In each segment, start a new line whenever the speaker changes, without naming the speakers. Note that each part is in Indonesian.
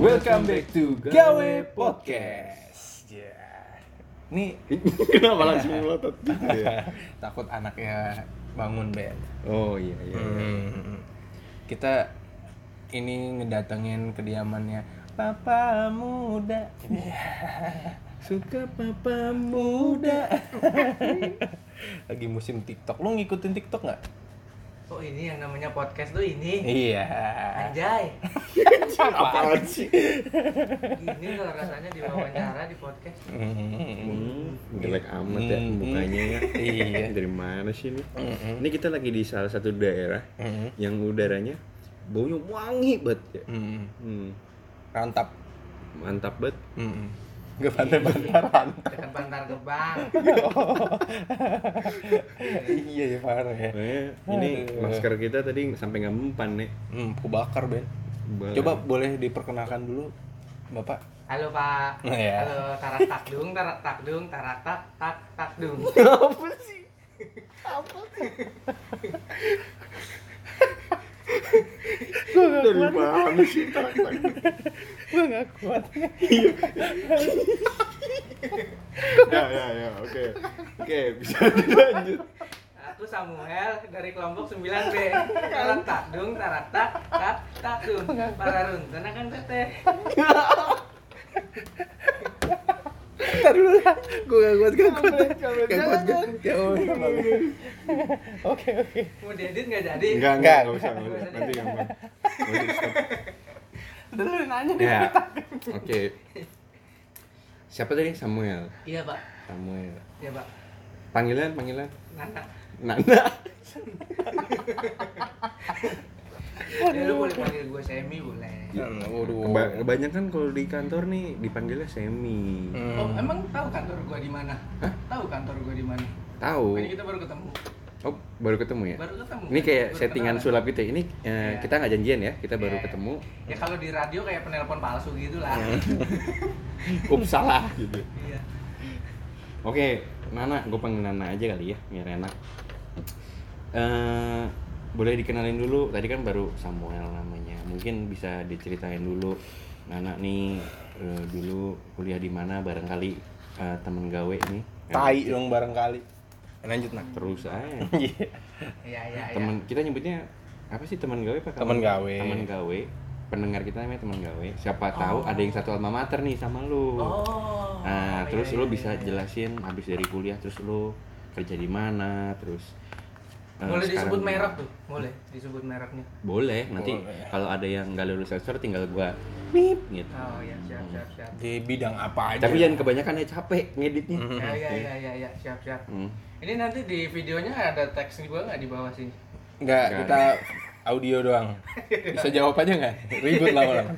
Welcome back to Gawe Podcast. Ya. Nih
Kenapa langsung melotot gitu
Iya.
ya?
takut anaknya bangun, Be.
Oh iya iya.
Hmm. Kita ini ngedatengin kediamannya Papa Muda. Suka Papa Muda. Lagi musim TikTok. Lu ngikutin TikTok nggak?
Oh ini yang namanya podcast tuh ini.
Iya.
Anjay.
Kan Apaan sih?
Ini kalau rasanya diwawancara di podcast.
Hmm.
Hmm, jelek amat ya
Hmm.
mukanya ya.
Iya.
Dari mana sih ini?
Hmm.
Ini kita lagi di salah satu daerah
Hmm.
yang udaranya baunya wangi banget ya.
Hmm.
Hmm,
Rantap.
mantap banget.
Hmm. Gak pantai-pantai rantap.
Dekat Bantar Gebang.
iya ya parah ya.
Makanya Eh, ini
Aduh.
masker kita tadi sampai nggak mempan nih.
Hmm, kubakar Ben. Coba boleh diperkenalkan dulu Bapak.
Halo Pak.
Nah, ya.
Halo Tarak Takdung, Tarak Takdung, Tarak Tak Tak Takdung.
Apa sih?
dari mana sih? Tarak, tarak.
Gue gak kuat.
ya ya ya oke oke bisa dilanjut.
Aku Samuel dari kelompok 9B. Tarak Takdung, Tarak Tak Tak Takdung. Para runtun akan teteh.
Ntar dulu lah. Gue gak kuat, gak kuat. Gak kuat, gak Ya, oh, sama. Oke, oke.
Mau diedit nggak jadi?
Enggak,
Nggak.
enggak, enggak usah, enggak usah. Nanti gampang. Nanti stop.
Dulu nanya
Ya. Oke. Siapa tadi? Samuel.
Iya Pak.
Samuel.
Iya Pak.
Panggilan, panggilan.
Nana.
Nana.
Ya, lu boleh panggil gue Semi boleh.
Hmm, Waduh.
Keba- kebanyakan kan kalau di kantor nih dipanggilnya Semi.
Hmm.
Oh, emang tahu kantor gua di mana? Tahu kantor gua di mana?
Tahu.
Tadi kita baru ketemu.
Oh, baru ketemu ya?
gitu. Baru ketemu.
Ini kayak
Baru
settingan
kenalan.
sulap gitu. ya. Ini eh,
Iya.
kita nggak janjian ya, kita baru
Iya.
ketemu.
Ya kalau di radio kayak penelpon palsu gitu lah.
Iya. Ups, salah gitu.
Iya.
Oke, Nana, gue panggil Nana aja kali ya, biar enak. Eh, boleh dikenalin dulu. Tadi kan baru Samuel namanya. Mungkin bisa diceritain dulu. Nana nih eh, dulu kuliah di mana barangkali eh, temen gawe nih.
Tai dong barangkali. Eh, Lanjut, nak.
Terus aja.
Iya.
Iya, iya, iya.
Temen kita nyebutnya apa sih teman gawe Pak?
Teman gawe.
Teman gawe. Pendengar kita namanya teman gawe. Siapa tahu ada yang satu alma mater nih sama lu.
Oh.
Nah,
iya,
terus
iya,
lu
iya,
bisa
iya.
jelasin habis dari kuliah terus lu kerja di mana, terus eh,
Boleh
sekarang-
disebut merek tuh. Boleh disebut mereknya.
Boleh. Nanti
Boleh.
kalau ada yang nggak lulus sensor tinggal gua bip gitu.
Oh, iya, siap, siap,
Hmm.
siap.
Di bidang apa aja?
Tapi jangan kebanyakan ya capek ngeditnya.
Hmm.
Ya, ya, ya, ya, ya, siap, siap.
Hmm.
Ini nanti di videonya ada teks gua nggak di bawah sini?
Enggak,
Nggak.
kita audio doang. Bisa jawab aja nggak? Ribut Hmm. lama-lama.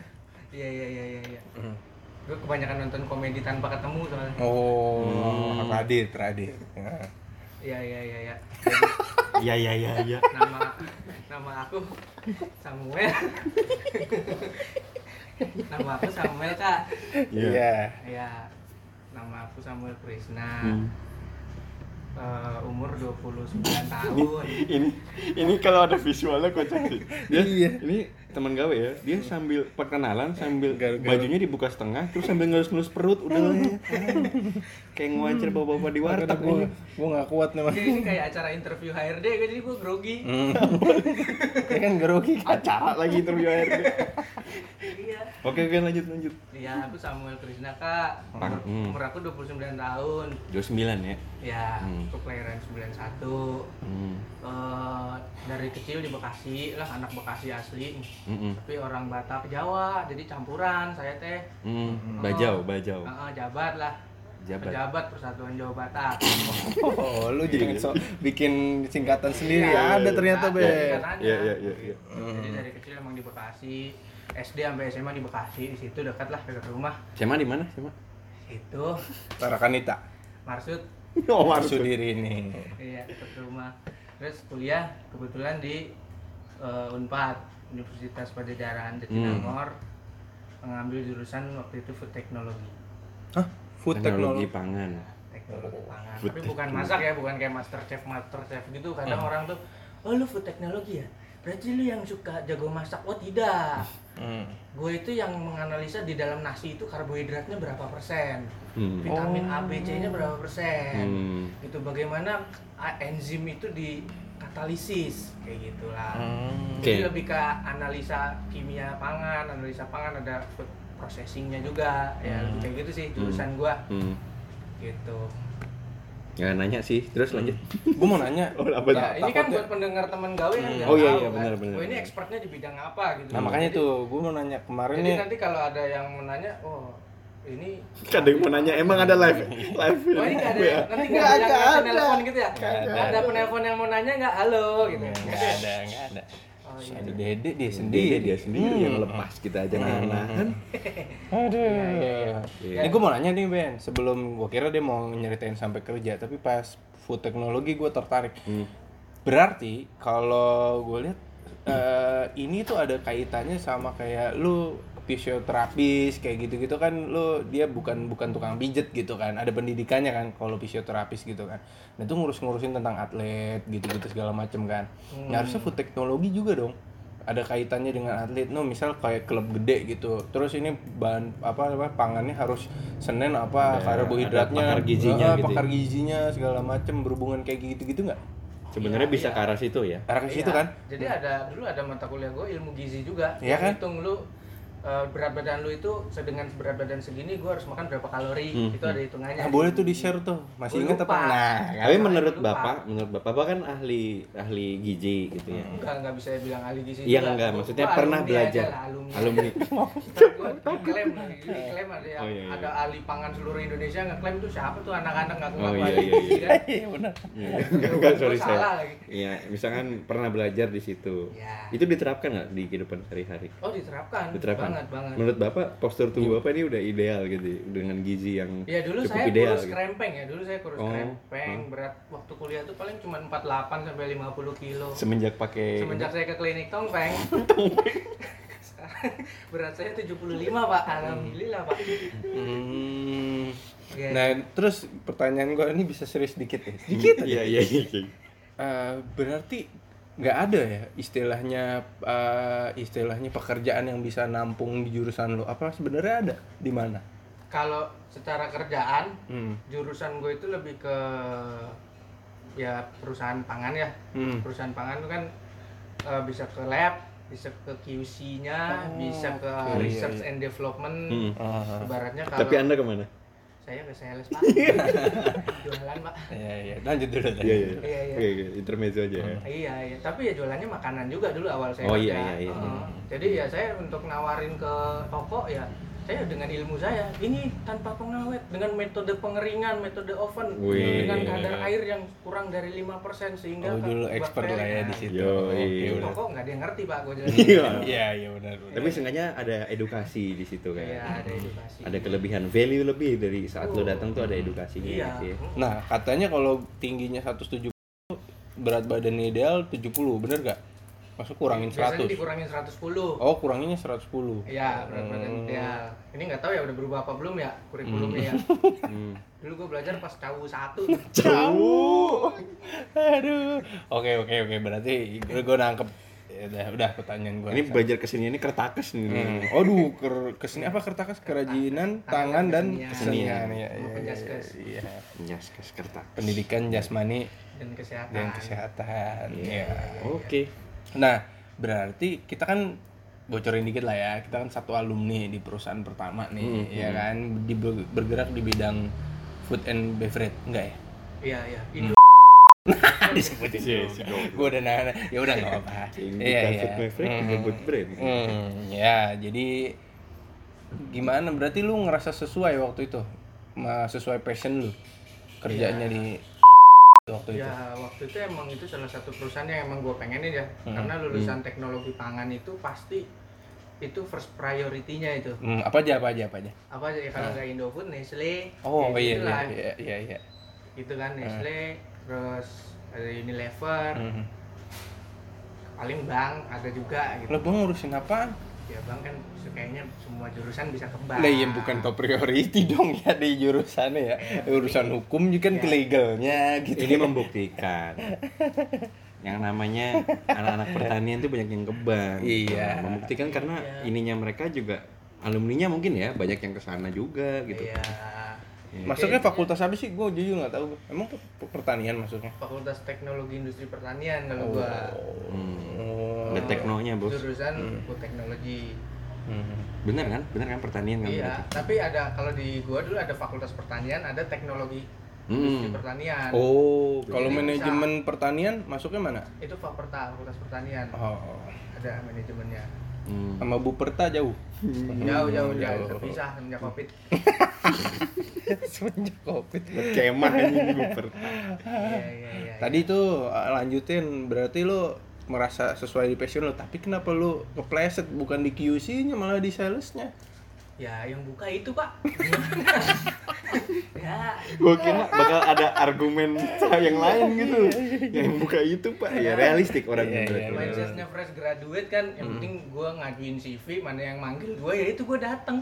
Iya, iya, iya, iya, iya. Gue kebanyakan nonton komedi tanpa ketemu soalnya.
Oh, Radit, Radit. Ya.
Iya, iya, iya, iya.
Iya iya iya iya.
nama nama aku Samuel nama aku Samuel kak
Iya.
Iya.
ya nama aku Samuel Krisna
Hmm.
Eh, umur 29 tahun
ini ini kalau ada visualnya kocak sih. Dia,
Iya.
Ini teman gawe ya. Dia sambil perkenalan sambil
Garuk-garuk.
bajunya dibuka setengah terus sambil ngelus-ngelus perut udah lah ya. Kayak ngewajar bapak-bapak di warteg
gue
ini.
gue nggak kuat nih mas.
jadi ini kayak acara interview HRD kan jadi gue grogi
Hmm.
Ini kan gerogi kan.
Acara lagi interview ARD.
iya
Oke oke lanjut lanjut.
iya aku Samuel Krisna kak umur,
Hmm.
umur aku 29 tahun
29 ya.
ya
Hmm.
aku kelahiran 91
Hmm.
Eh, dari kecil di Bekasi lah anak Bekasi asli
Mm-mm.
tapi orang Batak Jawa jadi campuran saya teh
Mm. Bajau, bajau.
Heeh, jabat lah
Oh. Jabat.
pejabat Persatuan Jawa Batak
Oh, lu jadi so, bikin singkatan sendiri
Iya,
ada ternyata Mm-hmm.
Ada
be.
singkatannya.
Iya, iya, iya, iya.
jadi dari kecil emang di Bekasi SD sampai SMA di Bekasi di situ dekat lah dekat rumah
Sema di mana? Sema?
itu
Tarakanita.
marsud
Oh,
Sudiri ini.
iya dekat rumah terus kuliah kebetulan di eh, Unpad Universitas
Hmm.
Pajajaran Jatinangor mengambil jurusan waktu itu food technology
Hah? Food teknologi.
Teknologi pangan.
teknologi pangan
Food Hmm.
tapi bukan masak ya bukan kayak master chef master chef gitu kadang orang tuh oh lu "Oh, food teknologi ya berarti lu yang suka jago masak oh tidak
Hmm.
gue itu yang menganalisa di dalam nasi itu karbohidratnya berapa persen
Hmm.
vitamin A
Oh.
B C nya berapa persen
Hmm.
gitu bagaimana a- enzim itu dikatalisis kayak gitulah
Hmm.
Oke.
jadi lebih ke analisa kimia pangan analisa pangan ada food processingnya juga ya
Hmm.
lebih kayak gitu sih jurusan gua
Hmm.
gitu
Nggak nanya sih, terus lanjut.
Gue mau nanya.
Oh, apa
Nah,
ini kan
takutnya-
buat pendengar teman gawe kan
Hmm.
nggak
Oh, iya,
tahu
iya,
kan.
benar, benar,
Oh, ini
benar.
expertnya di bidang apa gitu
Nah makanya tuh gue mau nanya kemarin
jadi kan
nih.
nanti kalau ada yang mau nanya oh ini
Kadang mau nanya, emang ada live live
Oh ini nggak ada, nanti nggak
Nggak
ada,
ada,
yang
ada.
penelpon gitu ya?
Nggak ada.
Ada penelpon yang mau nanya nggak, halo gitu.
Nggak ada, nggak ada.
Oh, iya.
Ada dede dia
Sendiri
sendiri.
dia sendiri yang lepas kita aja nggak
Hmm.
nahan.
Aduh.
Iya.
Ini gue mau nanya nih Ben, sebelum gue kira dia mau nyeritain sampai kerja, tapi pas food teknologi gue tertarik.
Hmm.
Berarti kalau gue lihat eh, ini tuh ada kaitannya sama kayak lu fisioterapis kayak gitu-gitu kan lu dia bukan bukan tukang pijet gitu kan ada pendidikannya kan kalau fisioterapis gitu kan nah itu ngurus-ngurusin tentang atlet gitu-gitu segala macem kan
Hmm.
nah harusnya food teknologi juga dong ada kaitannya dengan atlet no misal kayak klub gede gitu terus ini bahan apa apa pangannya harus senin apa
Ada-
karbohidratnya
ada pakar gizinya
eh,
gitu ya.
pakar gizinya segala macem berhubungan kayak gitu-gitu nggak
Sebenarnya bisa ke arah situ ya.
arah ke
Iya.
situ kan
Jadi
Hmm.
ada dulu ada mata kuliah gue ilmu gizi juga.
Iya
Yang
kan?
Hitung lu eh, berat badan lu itu dengan berat badan segini gue harus makan berapa kalori.
Hmm,
Itu ada hitungannya.
Nah, boleh tuh di-share tuh. Masih
Gua
inget apa?
lupa.
Nah, kan?
Tapi menurut
lupa.
Bapak, menurut Bapak, Bapak kan ahli ahli gizi gitu ya.
Enggak, enggak bisa bilang ahli gizi.
Iya
juga.
enggak,
Gua-
maksudnya
gua
pernah
alumni
belajar.
aja lah, alumni.
Alumni.
Ntar gua diklaim lagi, diklaim ada yang
Oh, iya, iya.
ada ahli pangan seluruh Indonesia ngeklaim tuh siapa tuh anak-anak nggak
Oh,
ngapain
iya, iya, iya.
kan?
Iya, benar.
Enggak, enggak, sorry
Gua
saya.
salah lagi.
Iya, misalkan pernah belajar di situ.
Ya.
Itu diterapkan nggak di kehidupan sehari-hari?
Oh diterapkan,
Diterapkan.
banget banget.
Menurut Bapak, postur tubuh Bapak ini udah ideal gitu dengan gizi yang
Ya dulu
cukup
saya
ideal.
kurus
gitu.
krempeng ya, dulu saya kurus
Oh.
krempeng, berat waktu kuliah tuh paling cuma 48 sampai 50 kilo.
Semenjak pakai
Semenjak saya ke klinik tongpeng. berat saya 75, Pak. Alhamdulillah, Pak.
Hmm.
Iya.
Nah, terus pertanyaan gua ini bisa serius dikit ya.
Iya, iya, iya.
Eh, berarti nggak ada ya istilahnya eh, istilahnya pekerjaan yang bisa nampung di jurusan lo apa sebenarnya ada di mana
Kalau secara kerjaan,
hmm.
jurusan gue itu lebih ke ya perusahaan pangan ya.
Hmm.
Perusahaan pangan itu kan eh, bisa ke lab, bisa ke QC-nya,
Oh,
bisa ke
oke.
research and development.
Hmm.
Ah,
Ibaratnya kalau
Tapi Anda kemana?
saya ke sales pak jualan pak
iya iya lanjut dulu tadi.
Iya, iya.
Iya, iya.
Oke, oke, intermezzo aja ya.
iya iya tapi ya jualannya makanan juga dulu awal saya
Oh,
kerja.
iya, iya, iya.
Heeh. jadi ya saya untuk nawarin ke toko ya saya dengan ilmu saya ini tanpa pengawet dengan metode pengeringan metode oven
Wih.
dengan kadar air yang kurang dari 5% sehingga
oh dulu
kan
expert lah ya
bakteri-
di situ
Yo,
Oke,
iya.
udah.
toko nggak ada yang ngerti pak gue jelasin
Iya.
iya iya benar benar.
Tapi seenggaknya ada edukasi di situ kan.
Iya, ada edukasi.
Ada kelebihan value lebih dari saat lo datang tuh ada edukasinya
iya
gitu ya.
nah katanya kalau tingginya 170 berat badan ideal 70 bener gak masuk kurangin 100
biasanya dikurangin 110
Oh, kuranginnya 110.
Iya, berat badan ideal. Ini nggak tahu ya udah berubah apa belum ya kurikulumnya ya.
Hmm.
Dulu gue belajar pas cawu satu.
Jauh. Aduh. Oke, oke, oke. Berarti gue nangkep Ya udah, udah pertanyaan gue.
Ini belajar kesini ini kertakes nih. nih.
Aduh, ker, kesini apa kertas kerajinan, tangan dan kesenian. Iya, iya, iya,
Penjaskes.
iya.
Penjaskes kertak.
Pendidikan jasmani
dan kesehatan.
dan kesehatan. Iya.
Oke.
Nah, berarti kita kan bocorin dikit lah ya. Kita kan satu alumni di perusahaan pertama nih,
Hmm,
ya kan? Di, bergerak di bidang food and beverage, enggak ya?
Iya, iya. Ini
Hmm, disebutin gue udah nanya ya udah nggak apa-apa iya
Bukan
iya
food maverick, gitu. bukan food brand.
Hmm, ya jadi gimana berarti lu ngerasa sesuai waktu itu Ma- sesuai passion lu
Iya.
kerjanya di waktu itu
ya waktu itu emang itu salah satu perusahaan yang emang gue pengenin ya.
Hmm.
Karena lulusan teknologi pangan itu pasti itu first priority-nya itu.
Hmm, apa aja apa aja apa aja
Apa aja ya kalau nggak Indofood, Nestle,
Hmm. oh iya
ya
iya
gitulah.
iya iya, iya.
Gitu kan Nestle, terus ada Unilever,
Hmm.
paling bank ada juga gitu.
lo bang hmm. ngurusin apaan
Ya bang kan kayaknya semua jurusan bisa ke bank.
Nah, iya bukan top priority dong ya di jurusannya Iya. ya. Urusan hukum juga kan ke legalnya gitu.
Ini membuktikan yang namanya anak-anak pertanian itu banyak yang ke bank.
Iya.
Nah, membuktikan karena ininya mereka juga alumninya mungkin ya banyak yang ke sana juga gitu.
Iya.
Masuknya fakultas apa sih? Gue jujur nggak tahu. Emang pe- pertanian masuknya?
Fakultas Teknologi Industri Pertanian kalau gua.
Hmm.
Oh.
Ada teknonya, Bos.
Jurusan teknologi.
Hmm.
Bener kan? Bener kan pertanian kan?
Iya,
berarti?
tapi ada kalau di gua dulu ada Fakultas Pertanian, ada Teknologi Industri
Hmm.
Pertanian.
Oh,
Kalau
bener.
manajemen pertanian masuknya mana?
Itu Fakultas Fakultas Pertanian.
Oh.
Ada manajemennya.
Hmm.
Sama Bu Perta jauh.
Jauh jauh jauh terpisah semenjak Covid.
Iya, Semenjak Covid.
Kemah ini buper.
Iya iya iya.
Tadi tuh uh, lanjutin berarti lu merasa sesuai di passion lu, tapi kenapa lu kepleset bukan di QC-nya malah di salesnya?
Ya, yang buka itu, Pak. ya,
Gue kira bakal ada argumen yang lain gitu. Yang buka itu pak ya realistik orang
Iya,
gitu.
iya, iya.
mindsetnya fresh graduate kan, yang penting gua ngajuin CV, mana yang manggil gua ya itu gua dateng.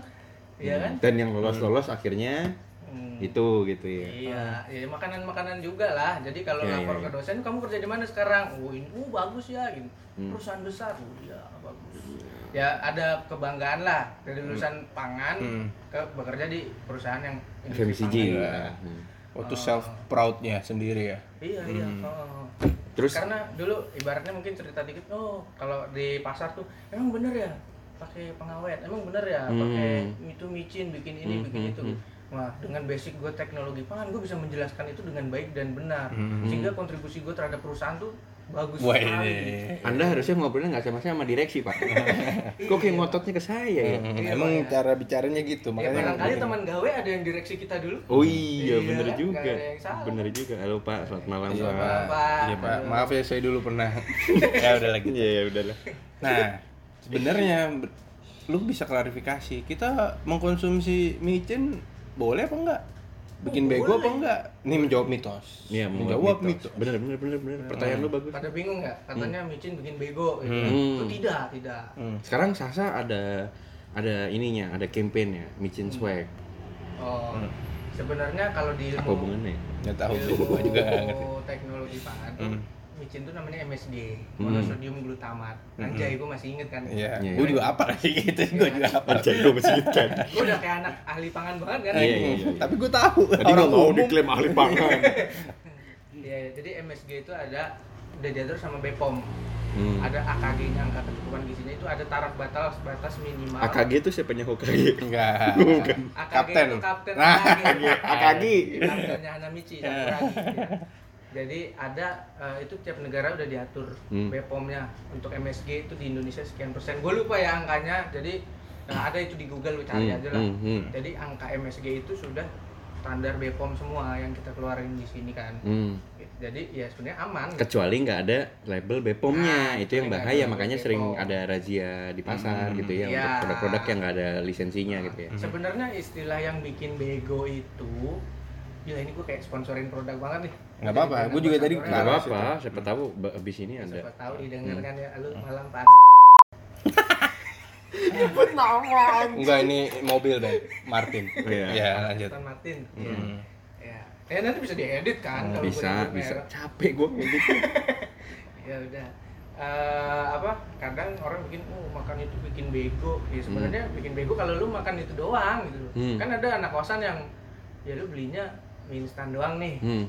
Iya kan?
Hmm. Dan yang lolos lolos akhirnya
Hmm.
itu gitu ya.
Iya, ya makanan-makanan juga lah. Jadi kalau
Iya,
lapor
iya,
ke dosen, kamu kerja di mana sekarang? Oh, ini oh, bagus ya, gitu.
Hmm.
Perusahaan besar, oh, iya bagus. Ya ada kebanggaan lah dari lulusan pangan
Hmm.
ke bekerja di perusahaan yang industri
FMCG.
pangan.
ya. Hmm.
Waktu self proudnya sendiri ya.
Iya iya. oh.
Terus-
karena dulu ibaratnya mungkin cerita dikit, oh kalau di pasar tuh emang bener ya pakai pengawet, emang bener ya pakai itu micin bikin ini
Hmm,
bikin
hmm,
itu.
hmm.
Wah dengan basic gue teknologi pangan gue bisa menjelaskan itu dengan baik dan benar
Hmm.
sehingga kontribusi gue terhadap perusahaan tuh bagus
Wah,
sekali.
ini-
Iya. Anda harusnya ngobrolnya nggak sama saya sama direksi pak. Kok kayak ngototnya ke saya ya?
Hmm,
Iya,
Emang
Pak, ya.
cara bicaranya gitu,
Ya
makanya
barangkali teman gawe ada yang direksi kita dulu.
Oh iya,
Iya,
bener
nggak
juga,
ada yang salah.
bener juga. Halo pak, selamat malam
Iya,
pak.
Pak.
Pak.
Iya, Pak. Maaf ya saya dulu pernah. ya udah lagi.
Iya ya udahlah.
Nah, sebenarnya ber- lu bisa klarifikasi. Kita mengkonsumsi micin boleh apa enggak? Bikin
Oh,
bego
boleh.
apa enggak? Ini menjawab mitos.
Iya mau
menjawab mitos.
Bener bener bener bener. Pertanyaan lu bagus.
Pada bingung nggak? Katanya micin bikin bego. Gitu.
Hmm.
Itu tidak tidak.
Hmm,
Sekarang Sasa ada ada ininya, ada campaignnya, Micin
Hmm.
Swag.
Oh sebenarnya kalau di
Apa
ilmu-
hubungannya?
Nggak tahu
Ilmu
Iya, gua juga nggak ngerti.
teknologi pangan tuh,
Hmm.
micin tuh namanya MSG
Hmm.
monosodium glutamat anjay gue masih inget kan
Hmm. Iya.
Iya.
Gua juga apa sih gitu. Gua juga apa.
Anjay, gue masih ingat kan.
gue udah kayak anak ahli pangan banget kan
Iya, iya, iya.
Hmm, Tapi gua tahu.
Tadi nggak mau
umum.
diklaim ahli pangan.
Iya, iya. jadi MSG itu ada udah diatur sama BPOM
Hmm.
ada AKG nya angka kecukupan gizinya itu ada taraf batas batas minimal
AKG itu siapanya Hokage?
Enggak.
Bukan.
AKG
Kapten.
itu kapten
Nah,
AKG
AKG.
kaptennya Hanamichi
Iya.
Sakuragi, ya. jadi ada eh, itu tiap negara udah diatur
Hmm.
BPOM-nya untuk MSG itu di Indonesia sekian persen gue lupa ya angkanya jadi eh, ada itu di Google lu cari
Hmm,
aja lah
hmm, hmm.
jadi angka MSG itu sudah standar BPOM semua yang kita keluarin di sini kan
Hmm.
jadi ya sebenarnya aman gitu.
Kecuali nggak ada label Bepomnya,
Nah,
itu yang
nggak ada
bahaya.
label
Makanya sering
Bepom.
ada razia di pasar gitu ya,
Iya. Hmm.
untuk produk-produk yang nggak ada lisensinya gitu ya.
sebenarnya istilah yang bikin bego itu Gila ini gue kayak sponsorin produk banget nih
Nggak apa-apa,
Jadi
gua juga tadi
sponsornya
Nggak
Nah,
apa-apa, siapa tahu ba- abis ini Iya, ada.
Hmm.
Hmm.
Siapa tahu didengarkan ya, lu malam pas.
Enggak ini mobil, Bang. Martin.
Iya.
Iya, lanjut.
Aston Martin. Ya.
Hmm.
Ya. Eh nanti bisa diedit kan kalau
Hmm. Bisa,
gua gitu.
bisa.
merek.
Capek gue ngedit.
Ya udah. Eh, apa kadang orang bikin oh makan itu bikin bego ya sebenarnya bikin bego kalau lu makan itu doang gitu loh.
Hmm.
kan ada anak kosan yang ya lu belinya mie instan doang nih
Hmm.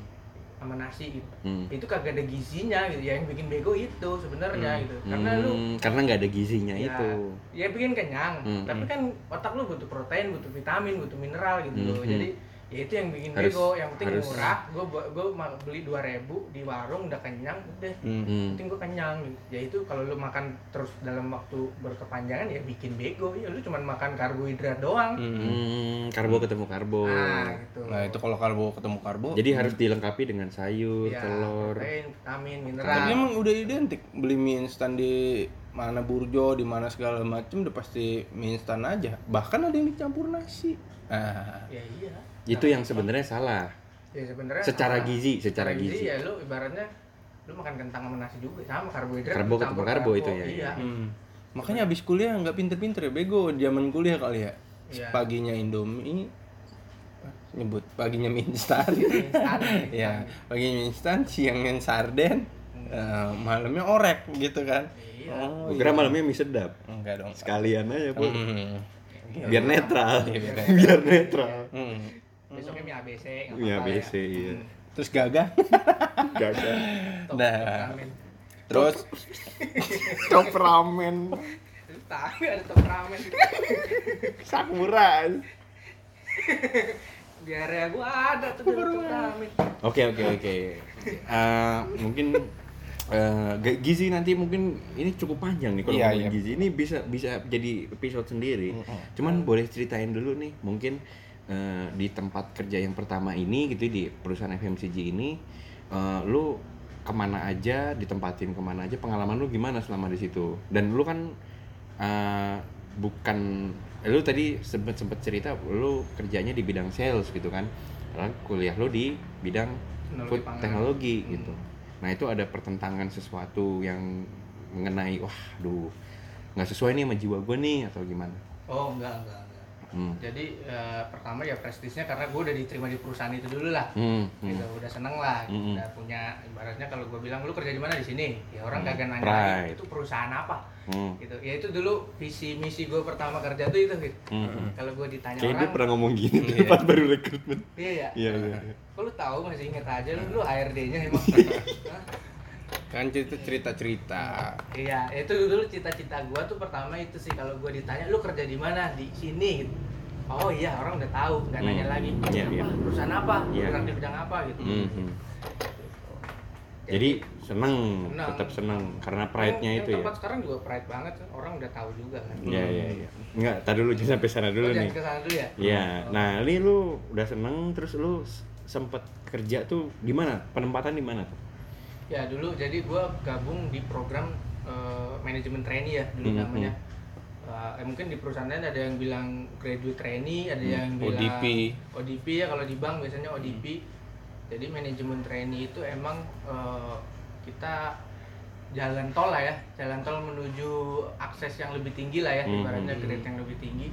sama nasi gitu
Hmm.
itu kagak ada gizinya gitu ya yang bikin bego itu sebenarnya gitu karena lu
Hmm, karena nggak ada gizinya
ya,
itu.
ya bikin kenyang
Hmm.
tapi kan otak lu butuh protein butuh vitamin butuh mineral gitu loh
Hmm.
jadi ya itu yang bikin
Harus-
bego yang penting
harus-
murah gue gue beli 2000 di warung udah kenyang udah
Hmm.
Hmm.
penting gue kenyang gitu. ya itu kalau lu makan terus dalam waktu berkepanjangan ya bikin bego ya lu cuman makan karbohidrat doang
Hmm.
Hmm, karbo ketemu karbo.
nah gitu
Nah, itu kalau karbo ketemu karbo.
Jadi harus dilengkapi dengan sayur,
Ya,
telur.
protein vitamin mineral
Tapi emang udah identik beli mie instan di mana burjo, di mana segala macem udah pasti mie instan aja. Bahkan ada yang dicampur nasi. Ah.
ya iya
Itu yang sebenarnya salah.
ya sebenarnya
Secara
ah,
gizi, secara gizi.
ya lu ibaratnya lu makan kentang sama nasi juga sama karbohidrat
Karbo ketemu
campur
karbo itu ya,
iya
Hmm. Makanya abis kuliah nggak pinter-pinter ya, bego zaman kuliah kali ya.
Iya.
Paginya Indomie, Ah, nyebut paginya mie instan.
Instan,
Iya. ya, paginya mie instan, siangnya sarden,
instan.
Eh, malamnya orek gitu kan.
Iya.
Oh,
Gue kira malamnya mie sedap.
enggak dong.
Sekalian aja, Bu.
Hmm.
Biar
Iya,
netral.
biar
Iya, Biar netral.
Hmm.
Besoknya mie ABC. nggak
Ya
apa-apa
BC iya.
Terus gagah.
Gagal.
Top,
Nah.
top ramen.
Terus
Cop ramen.
Itu tahu ya, ada top ramen.
Sakura.
Diarea ya, gua ada tuh dari top ramen.
Oke oke oke. Eh, mungkin eh, g- gizi nanti mungkin ini cukup panjang nih kalau
Iya,
ngomongin
iya.
gizi ini bisa bisa jadi episode sendiri. Cuman boleh ceritain dulu nih mungkin eh, di tempat kerja yang pertama ini gitu di perusahaan FMCG ini eh, lu kemana aja ditempatin kemana aja pengalaman lu gimana selama di situ dan lu kan eh, bukan lu tadi sempet sempet cerita lu kerjanya di bidang sales gitu kan Padahal kuliah lu di bidang
Teknologi
food
pangan.
teknologi
Hmm.
gitu nah itu ada pertentangan sesuatu yang mengenai wah duh nggak sesuai nih sama jiwa gue nih atau gimana
Oh, enggak, enggak, enggak.
hmm.
Jadi eh, pertama ya prestisnya karena gua udah diterima di perusahaan itu dulu lah.
Hmm, hmm.
Gitu, udah seneng lah,
Mm-mm.
udah punya ibaratnya kalau gua bilang lu kerja di mana di sini, ya orang kagak nanya
Hmm. Pride.
itu perusahaan apa,
Hmm.
gitu. Ya itu dulu visi misi gua pertama kerja tuh itu gitu.
Hmm.
Kalau gua ditanya
Kayaknya dia
orang,
pernah ngomong gini di tempat baru rekrutmen.
iya ya,
Iya, Hmm. iya.
kok lu tahu masih inget aja lu, lu HRD-nya emang. Hah?
kan cerita cerita cerita.
Iya, itu dulu cita-cita gua tuh pertama itu sih kalau gua ditanya lu kerja di mana? Di sini. gitu. Oh iya, orang udah tahu, nggak
Hmm,
nanya lagi.
iya,
apa?
iya.
Perusahaan apa?
Iya.
Bergerak di bidang apa gitu.
Mhm. Jadi seneng,
Seneng. Oh,
tetap seneng karena pride-nya
Yang-
itu
yang
ya.
Tempat sekarang juga pride banget, orang udah tahu juga kan.
Iya iya iya. Enggak, tar dulu jangan sampai sana dulu
Oh, jangan
nih.
ke sana dulu ya.
Iya. Nah, ini lu udah seneng terus lu s- sempet kerja tuh di mana? Penempatan di mana tuh?
Ya dulu jadi gua gabung di program eh, manajemen trainee ya dulu
Hmm,
namanya. Eh, mungkin di perusahaan lain ada yang bilang graduate trainee,
Hmm,
ada yang bilang
ODP.
ODP ya kalau di bank biasanya ODP.
Hmm.
Jadi manajemen trainee itu emang eh, kita jalan tol lah ya, jalan tol menuju akses yang lebih tinggi lah ya,
Hmm.
ibaratnya grade yang lebih tinggi.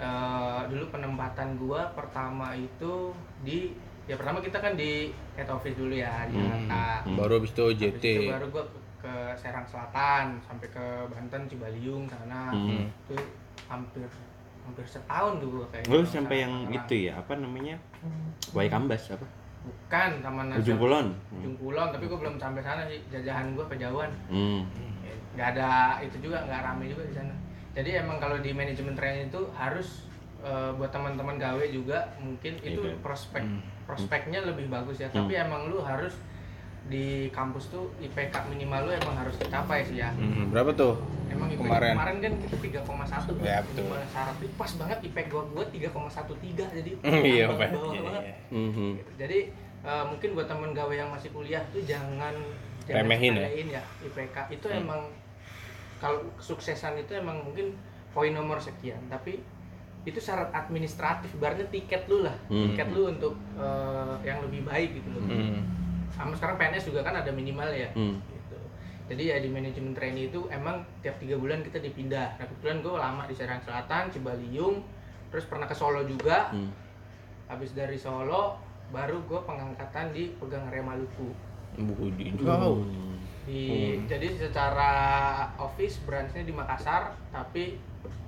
Eh, dulu penempatan gua pertama itu di ya pertama kita kan di head office dulu ya di
Hmm.
Jakarta.
Hmm.
Baru habis itu
Habis
JT.
itu baru gua ke- ke Serang Selatan sampai ke Banten Cibaliung sana.
Hmm.
Itu hampir hampir setahun tuh gua gitu. kayaknya.
Lu
kalau
sampai
salah
yang
salah.
itu ya, apa namanya? Wai Kambas apa?
Bukan Taman Nasional
Ujung Kulon.
Nah, kan. Ujung Kulon, tapi gua belum sampai sana sih. Jajahan gua kejauhan.
Hmm.
Iya.
nggak ada itu juga nggak rame juga di sana jadi emang kalau di manajemen training itu harus eh, buat teman-teman gawe juga mungkin itu
Iya.
prospek
Hmm.
prospeknya lebih bagus ya tapi emang lu harus di kampus tuh IPK minimal lu emang harus dicapai sih ya
Hmm, berapa tuh?
emang IPK
Kemarin.
kan kita 3,1
Ya,
kan,
betul.
minimal syarat Ih, pas banget IPK gua gua 3,13 jadi
Iya,
bawah
Pak.
banget
Iya,
Mhm.
gitu. jadi eh, mungkin buat temen gawe yang masih kuliah tuh jangan jangan
Remehin ya? Hmm.
sepelein ya IPK itu emang kalau kesuksesan itu emang mungkin poin nomor sekian tapi itu syarat administratif ibaratnya tiket lu lah
Hmm.
tiket lu untuk eh, yang lebih baik gitu loh
Hmm.
sama sekarang PNS juga kan ada minimal ya
Hmm.
gitu. Jadi ya di manajemen trainee itu emang tiap tiga bulan kita dipindah. Nah kebetulan gue lama di Serang Selatan, Cibaliung, terus pernah ke Solo juga.
Hmm.
Habis dari Solo, baru gue pengangkatan di Pegang Raya Maluku.
Buku di jauh.
Di, Jadi secara office branchnya di Makassar, tapi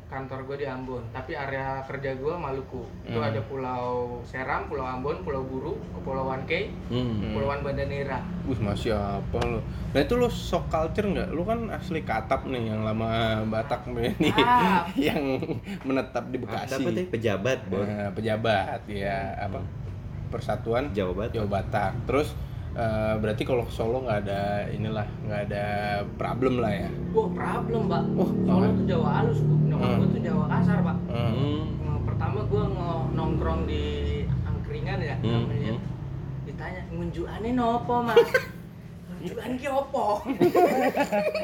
kantor gue di Ambon. Tapi area kerja gue Maluku. Itu
Hmm.
ada Pulau Seram, Pulau Ambon, Pulau Buru, Kepulauan Kei,
Hmm.
Kepulauan Bandanera.
Wih, masih apa lu? Nah itu lu sok culture nggak? Lu kan asli Katap nih yang lama Batak nih,
Ah.
yang menetap di Bekasi.
Apa tuh? Pejabat, Bos.
Eh.
Nah, pejabat ya apa? Persatuan
Jawa Batak.
Jawa Batak. Terus eh, berarti kalau ke Solo nggak ada inilah, nggak ada problem lah ya.
Wah problem pak,
Wah,
Solo
apa?
tuh Jawa halus, bu. nyokap
Hmm.
gue tuh Jawa kasar pak.
Hmm.
Nah, Pertama gue nongkrong di angkringan ya,
Hmm,
namanya.
hmm.
ditanya ngunjukannya nopo mas, ngunjukan ki opo,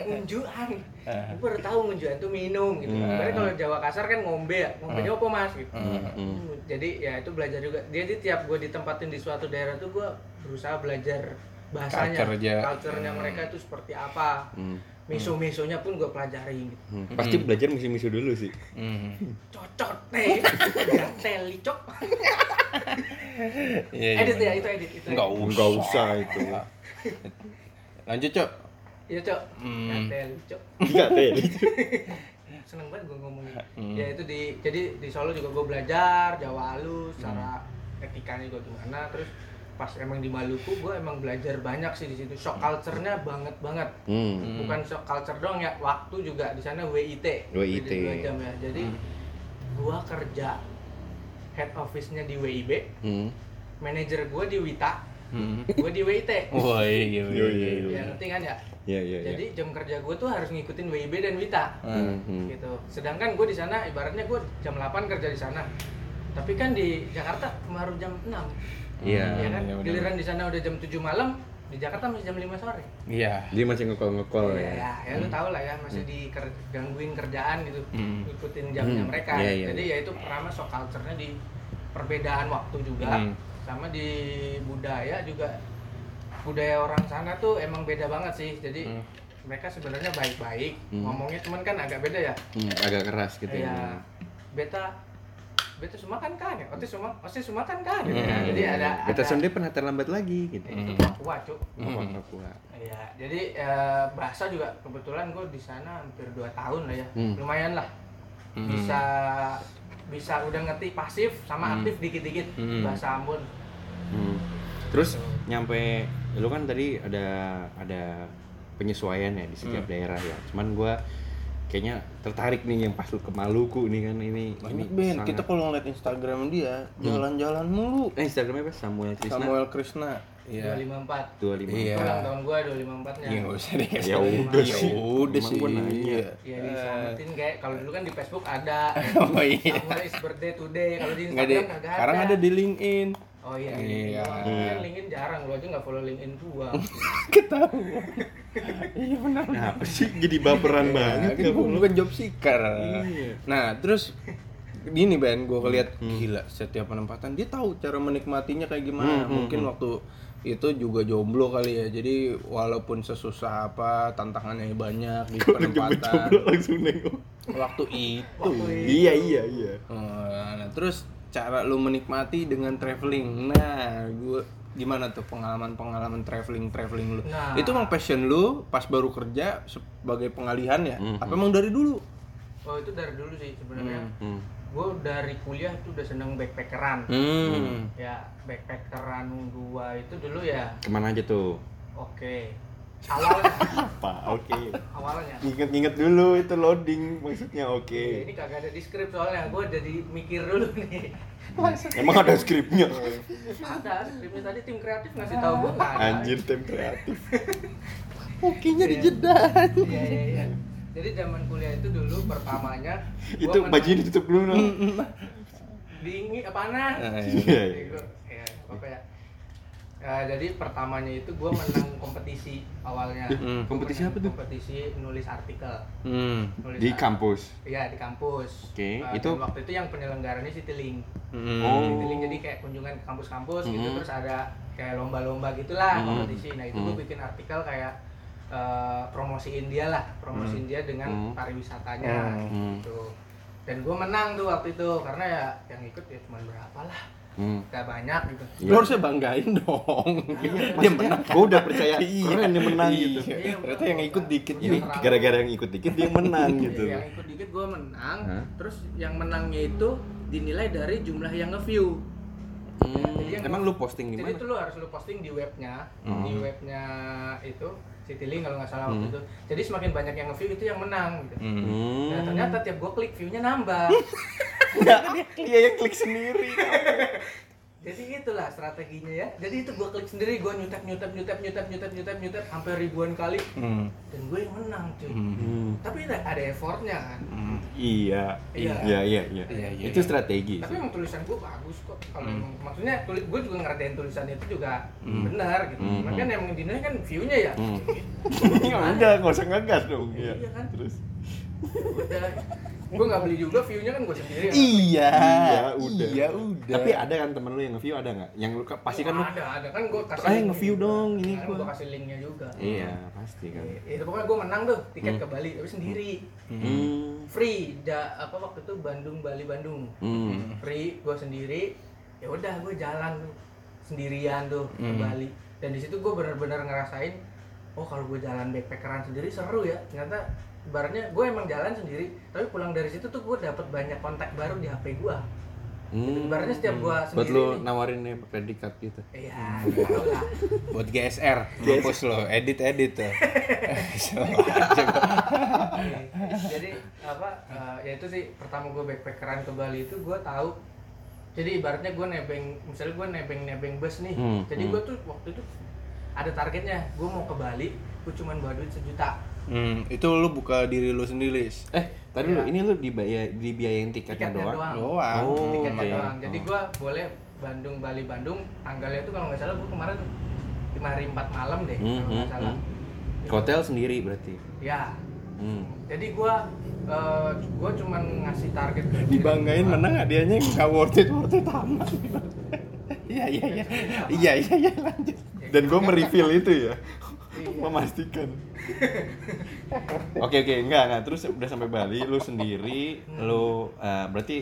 ngunjukan.
Eh.
Gue baru tahu ngunjukan tuh minum gitu.
Hmm.
Karena kalau Jawa kasar kan ngombe ya, ngombe
Hmm.
opo mas gitu.
Hmm.
Hmm.
Jadi ya itu belajar juga. Jadi tiap gue ditempatin di suatu daerah tuh gue berusaha belajar bahasanya,
Culture aja.
culture-nya
Hmm.
mereka itu seperti apa
Hmm.
miso-misonya pun gue pelajari gitu.
Hmm. Pasti belajar misi-misi dulu sih.
Hmm.
cocok teh ya teh licok
Iya, iya,
edit ya
bener.
itu edit itu
Nggak Iya, usah.
Nggak usah itu.
Lanjut, Cok.
Iya, Cok.
Hmm.
Gatel, Cok.
Enggak deh.
Seneng banget gue ngomongnya.
Hmm.
Ya itu di jadi di Solo juga gue belajar Jawa halus, cara etikanya juga gimana. Terus pas emang di Maluku gue emang belajar banyak sih di situ. Shock culture-nya banget banget.
Hmm.
Hmm.
Bukan shock culture doang ya, waktu juga di sana WIT.
WIT.
Jadi dua jam ya. Jadi gue kerja head office-nya di WIB,
Hmm.
manajer gue di Wita,
Hmm.
gue di WIT.
Wah, iya, iya, iya, iya.
Ya, ngerti kan ya?
Iya, iya, iya.
Jadi jam kerja gue tuh harus ngikutin WIB dan Wita.
Hmm.
Hmm.
gitu. Sedangkan gue di sana ibaratnya gue jam 8 kerja di sana. Tapi kan di Jakarta baru jam 6.
Iya.
ya kan?
iya, benar.
Giliran di sana udah jam 7 malam, di Jakarta masih jam 5 sore.
Iya.
Dia masih ngekol-ngekol
ya,
ya.
ya, lu tau lah ya, masih digangguin kerjaan gitu,
Hmm.
ngikutin jamnya
Hmm.
mereka.
Iya, iya,
Jadi ya itu pertama shock culture-nya di perbedaan waktu juga,
Hmm.
sama di budaya juga. Budaya orang sana tuh emang beda banget sih. Jadi
Hmm.
mereka sebenarnya baik-baik,
Hmm.
ngomongnya cuman kan agak beda ya.
Hmm, agak keras gitu
Iya.
ya.
Beta beta semua kan kan ya. Otis semua, otis semua kan kan. ya.
Hmm.
Jadi ada
Beta
ada-
Sonde pernah terlambat lagi gitu.
Eh,
Hmm.
itu Papua, Cuk.
Hmm.
Wah, Papua.
Iya, jadi eh, bahasa juga kebetulan gue di sana hampir 2 tahun lah ya.
Hmm.
Lumayan lah.
Hmm.
Bisa bisa udah ngerti pasif sama
Hmm.
aktif dikit-dikit
Hmm.
bahasa Ambon.
Hmm. Terus nyampe lu kan tadi ada ada penyesuaian ya di setiap
Hmm.
daerah ya. Cuman gua kayaknya tertarik nih yang pas lu ke Maluku nih kan ini ini
Banyak Ben,
sangat-
kita kalau ngeliat Instagram dia jalan-jalan mulu.
eh Instagramnya apa Samuel Krisna
Samuel Hmm. Krishna.
254.
25.
Iya.
Ulang tahun gue 254-nya.
Iya nggak usah deh.
Ya udah
Ya
sih.
udah
Emang
sih.
gua nanya.
Iya.
Ya diselamatin kayak kalau dulu kan di Facebook ada.
Oh iya.
Samuel is birthday today. Kalau di
Nggak deh.
Instagram kagak ada.
Sekarang ada di LinkedIn.
Oh iya,
Iya.
iya.
Hmm.
Kan LinkedIn jarang, lu aja nggak follow LinkedIn gua.
Ketahuan. Iya benar.
Nah, apa sih jadi baperan banget ya,
Kan gua bukan job seeker.
Nah, gitu. Iya.
Nah, terus gini Ben, gue ngeliat gila setiap penempatan dia tahu cara menikmatinya kayak gimana. Mungkin waktu itu juga jomblo kali ya. Jadi walaupun sesusah apa tantangannya banyak di penempatan.
langsung nengok.
Waktu itu
Iya iya iya.
Eh, Nah, terus cara lu menikmati dengan traveling. Nah, gue gimana tuh pengalaman-pengalaman traveling traveling lu?
Nah.
Itu emang passion lu pas baru kerja sebagai pengalihan ya? Apa emang dari dulu?
Oh itu dari dulu sih sebenarnya.
Hmm.
Gua dari kuliah tuh udah seneng backpackeran.
Hmm.
Ya backpackeran gua itu dulu ya
Kemana aja tuh?
oke. Awalnya,
Apa? Oke.
awalnya.
Ingat-ingat dulu itu loading maksudnya oke.
Ya, ini kagak ada di skrip soalnya, gua jadi mikir dulu nih.
Emang ada skripnya.
Iya.
Ada skripnya tadi tim kreatif ngasih tahu gua nggak ada.
tim kreatif.
Okinya
Iya.
dijeda.
Iya iya iya. Jadi zaman kuliah itu dulu pertamanya gua kan
itu
menang-
bajunya ditutup dulu no.
Hmm.
dingin eh, panas.
Iya.
Jadi gua- ya, apa ya? Ya, jadi pertamanya itu gue menang kompetisi awalnya.
Hmm.
Kompetisi
Menang
apa tuh?
Kompetisi nulis artikel.
Hmm.
Nulis
Di
ar-
kampus.
Iya di kampus.
Oke,
Eh,
itu-
dan waktu itu yang penyelenggaranya Citylink.
Hmm.
Oh.
Citylink jadi kayak kunjungan ke kampus-kampus gitu
Mhm.
terus ada kayak lomba-lomba gitulah
Mhm.
kompetisi. Nah itu gue
Mhm.
bikin artikel kayak eh, promosiin dia lah, promosiin dia dengan
Mhm.
pariwisatanya
Mhm.
gitu. Dan gue menang tuh waktu itu karena ya yang ikut ya cuma berapa lah,
Hmm.
gak banyak gitu.
Lu harusnya banggain dong.
Iya.
Dia menang.
Gue udah percaya
Iya.
keren yang menang
Iya.
gitu.
Iya,
Ternyata
betul.
yang ikut dikit
Iya.
Ini
ya.
gara-gara yang ikut dikit
Hmm.
dia menang gitu.
Yang ikut dikit gue menang,
Hah?
terus yang menangnya itu dinilai dari jumlah yang nge-view.
Hmm.
Jadi yang-
Emang lu posting
Jadi
gimana?
itu lo harus lo posting di webnya,
Hmm.
di webnya itu Citylink kalau nggak salah waktu
Hmm.
itu. Jadi semakin banyak yang nge-view itu yang menang. Gitu.
Hmm.
Hmm.
Nah, ternyata tiap gue klik view-nya nambah.
dia Iya, yang klik sendiri.
Jadi itulah strateginya ya. Jadi itu gue klik sendiri, gue nyutap nyutap nyutap nyutap nyutap nyutap nyutap sampai ribuan kali
Hmm.
dan gue yang menang cuy.
Hmm.
Hmm.
Tapi ada, ada effortnya kan.
Hmm.
Iya.
Iya.
Iya iya iya.
Iya, iya,
Itu
iya.
strategi.
Tapi
sih.
emang tulisan gue bagus kok. Kalau
Hmm.
emang- maksudnya tulis gue juga ngerjain tulisan itu juga
Hmm.
benar gitu.
Hmm.
Cuman kan yang dinilai kan view-nya ya.
Hmm. Ya
Gimana?
udah, nggak usah ngegas dong.
Iya,
Iya.
kan?
Terus.
udah gue nggak beli juga viewnya kan gue sendiri ya.
Iya,
Iya, udah.
Iya, udah.
Tapi ada kan temen lu yang nge-view ada nggak? Yang lu pasti kan lu.
ada ada kan gue kasih
Eh,
link
nge-view
juga.
dong, ini
kan
gua.
gue kasih linknya juga
Iya pasti kan.
Ya, itu pokoknya gue menang tuh tiket ke Bali tapi sendiri
Hmm.
free da, apa waktu itu Bandung Bali Bandung
Hmm.
Iya, free gue sendiri ya udah
Hmm.
gue jalan tuh sendirian tuh ke Bali dan di situ gue bener-bener ngerasain oh kalau gue jalan backpackeran sendiri seru ya ternyata ibaratnya gue emang jalan sendiri tapi pulang dari situ tuh gue dapet banyak kontak baru di hp gue
Hmm.
Gitu, ibaratnya setiap gue
Buat
iya. sendiri
lu
nih,
nawarin nih predikat gitu.
Iya, nggak tahu lah.
buat GSR mampus lo edit edit tuh Sama aja gua.
Iya. jadi apa eh, ya itu sih pertama gue backpackeran ke Bali itu gue tahu jadi ibaratnya gue nebeng misalnya gue nebeng nebeng bus nih
Hmm,
jadi
hmm.
gue tuh waktu itu ada targetnya gue mau ke Bali gue cuman bawa duit sejuta
hmm, itu lu buka diri lu sendiri Lis.
Eh, tadi lu ini lu dibayar dibiayain tiketnya,
tiketnya doang,
doang.
doang
Oh,
tiketnya
oke.
doang jadi gue boleh Bandung Bali Bandung tanggalnya tuh kalau nggak salah gue kemarin tuh lima hari empat malam deh
Hmm,
kalau nggak
hmm,
salah
hmm. Hotel sendiri berarti.
ya
Hmm.
jadi gue gue cuman ngasih target ke diri
dibanggain
gua.
menang hadiahnya nggak worth it worth it amat iya iya iya iya iya iya lanjut
Dan gue mereveal itu ya.
Iya.
Memastikan. Oke oke, enggak enggak terus udah sampai Bali lu sendiri, lu eh, berarti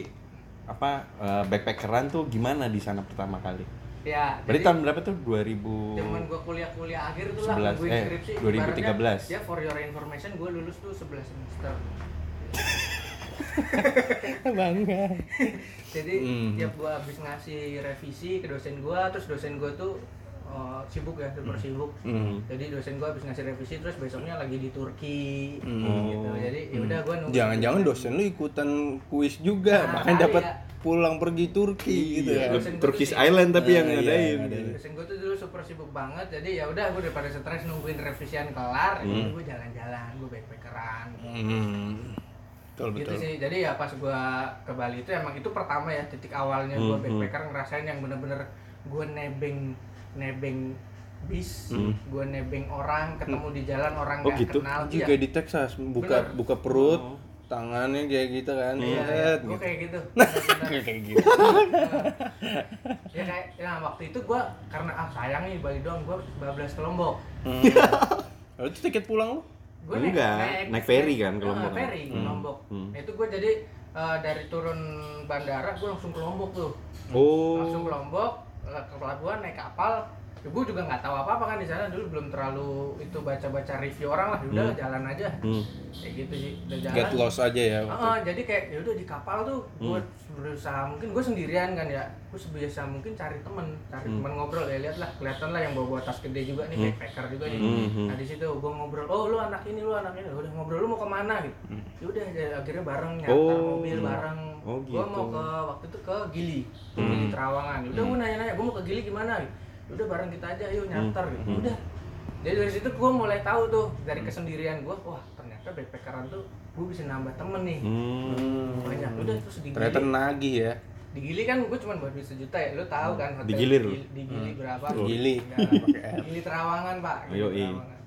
apa eh, backpackeran tuh gimana di sana pertama kali?
Ya,
Berarti
jadi
tahun berapa tuh? 2000
zaman gua kuliah-kuliah akhir tuh
11,
lah nungguin
eh,
skripsi
2013.
ibaratnya, Ya for your information gua lulus tuh 11 semester.
bangga
Jadi
Hmm.
tiap gua habis ngasih revisi ke dosen gua terus dosen gua tuh eh, sibuk ya, super sibuk.
Hmm.
Jadi dosen gua habis ngasih revisi terus besoknya lagi di Turki
Hmm.
gitu. Jadi ya udah gua nunggu.
jangan-jangan dosen lu ikutan kuis juga
Nah,
makanya dapat
iya.
pulang pergi Turki gitu
Iya,
ya
lu
Dosen gua
Turkish
tuh sih-
Island tapi
Eh,
yang
iya,
ngadain.
ngadain.
Dosen gua tuh dulu super sibuk banget. Jadi ya udah gua daripada stres nungguin revisian kelar, ya udah gua jalan-jalan, gua backpackeran.
Hmm. betul
gitu
betul
sih jadi ya pas gua ke Bali itu emang itu pertama ya titik awalnya gua
Hmm,
backpacker ngerasain yang bener-bener gua nebeng nebeng bis
Hmm.
gua nebeng orang ketemu di jalan orang
Oh,
nggak
gitu?
kenal Iya.
Anjing kayak di Texas buka
Bener.
buka perut tangannya kayak gitu kan
Oh. Iya, iya.
set,
Gua
gitu.
kayak gitu Bener-bener.
kayak gitu
ya kayak nah waktu itu gua karena ah sayang nih Bali doang gua bablas ke Lombok
Hmm. Lalu itu tiket pulang lu?
gue
Enggak, naik ferry kan ke Lombok kan?
eh, ferry ke
Hmm.
Lombok
Hmm.
Nah, itu gue jadi eh, dari turun bandara gue langsung ke Lombok tuh
Oh.
langsung ke Lombok eh, ke pelabuhan naik kapal ya, gue juga nggak tahu apa apa kan di sana dulu belum terlalu itu baca baca review orang lah Ya udah
Hmm.
jalan aja
Hmm.
kayak gitu sih udah jalan
Get lost aja ya.
Iya,
Ah,
waktu
ah, jadi kayak ya udah di kapal tuh
Hmm.
gue berusaha mungkin gue sendirian kan ya gue sebisa mungkin cari temen cari temen ngobrol ya lihat lah kelihatan lah yang bawa bawa tas gede juga nih backpacker juga nih
Hmm. Hmm, hmm.
nah di situ gue ngobrol oh lu anak ini lu anak ini udah ngobrol lu mau kemana gitu ya udah ya, akhirnya bareng nyata
Hmm. Oh.
mobil bareng
Oh,
gue mau
gitu.
ke waktu itu ke Gili Gili Terawangan udah gue nanya nanya gue mau ke Gili gimana gitu. udah bareng kita aja yuk nyantar gitu. udah jadi dari situ gue mulai tahu tuh dari kesendirian gue wah ternyata backpackeran tuh gue bisa nambah temen nih
Hmm.
banyak udah terus
itu.
digili
Ternyata nagih ya.
digili kan gue cuma buat duit sejuta ya lo tahu kan hotel
Digilir.
digili, digili berapa
Betul.
Gili.
Nggak,
Pakai air.
Gili Terawangan pak Gili
Yoi.
Terawangan.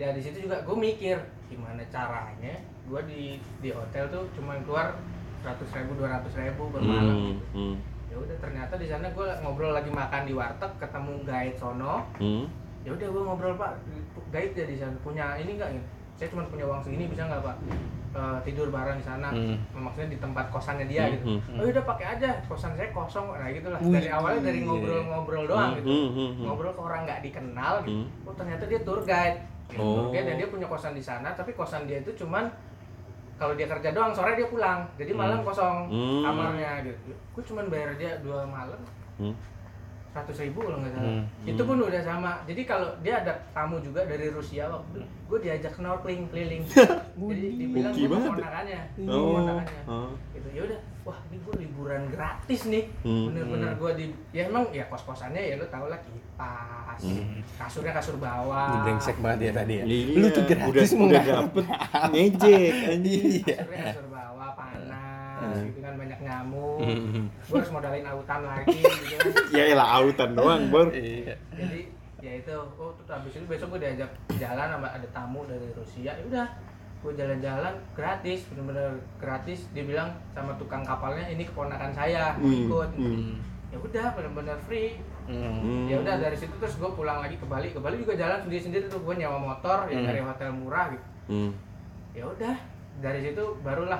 ya di situ juga gue mikir gimana caranya gue di di hotel tuh cuma keluar seratus ribu dua ratus ribu per malam
Hmm. Hmm.
ya udah ternyata di sana gue ngobrol lagi makan di warteg ketemu guide sono
Hmm.
ya udah gue ngobrol pak guide dia di sana punya ini enggak gitu saya cuma punya uang segini bisa nggak pak Eh, tidur bareng di sana
Hmm.
maksudnya di tempat kosannya dia
Hmm,
gitu
hmm,
oh udah pakai aja kosan saya kosong nah gitulah
Wih,
dari awalnya dari
iya.
ngobrol-ngobrol doang
Hmm,
gitu
hmm, hmm, hmm.
ngobrol ke orang nggak dikenal gitu
Hmm.
oh ternyata dia tour guide Dia
Oh.
tour guide dan dia punya kosan di sana tapi kosan dia itu cuman kalau dia kerja doang sore dia pulang jadi malam kosong
Hmm.
kamarnya gitu gue cuman bayar dia dua malam
Hmm.
seratus ribu kalau nggak salah
Hmm.
itu pun udah sama jadi kalau dia ada tamu juga dari Rusia waktu
Hmm.
gue diajak snorkeling keliling jadi dibilang
Hoki
gue
banget ya.
keponakannya
Oh.
keponakannya
Hmm.
Oh.
gitu ya udah wah ini gue liburan gratis nih
Hmm.
bener-bener gue di ya emang ya kos kosannya ya lo tau lah kipas kasurnya kasur
Hmm. Ini
bawah
brengsek banget ya tadi ya.
Iya,
Lu tuh gratis
udah,
mau Iya.
udah
ngarep.
dapet ngejek anjing.
kasurnya
Ya.
kasur bawah panas gitu kan banyak nyamuk
Hmm.
gue harus modalin autan lagi gitu kan.
ya elah autan doang, Bor.
Iya.
jadi ya itu oh terus habis itu besok gue diajak jalan sama ada tamu dari Rusia ya udah gue jalan-jalan gratis bener-bener gratis dia bilang sama tukang kapalnya ini keponakan saya gua
Hmm,
ikut
hmm.
ya udah bener-bener free
Hmm.
Hmm.
ya udah dari situ terus gue pulang lagi ke Bali ke Bali juga jalan sendiri-sendiri tuh gue nyewa motor ya
Hmm.
dari hotel murah gitu
Hmm.
ya udah dari situ barulah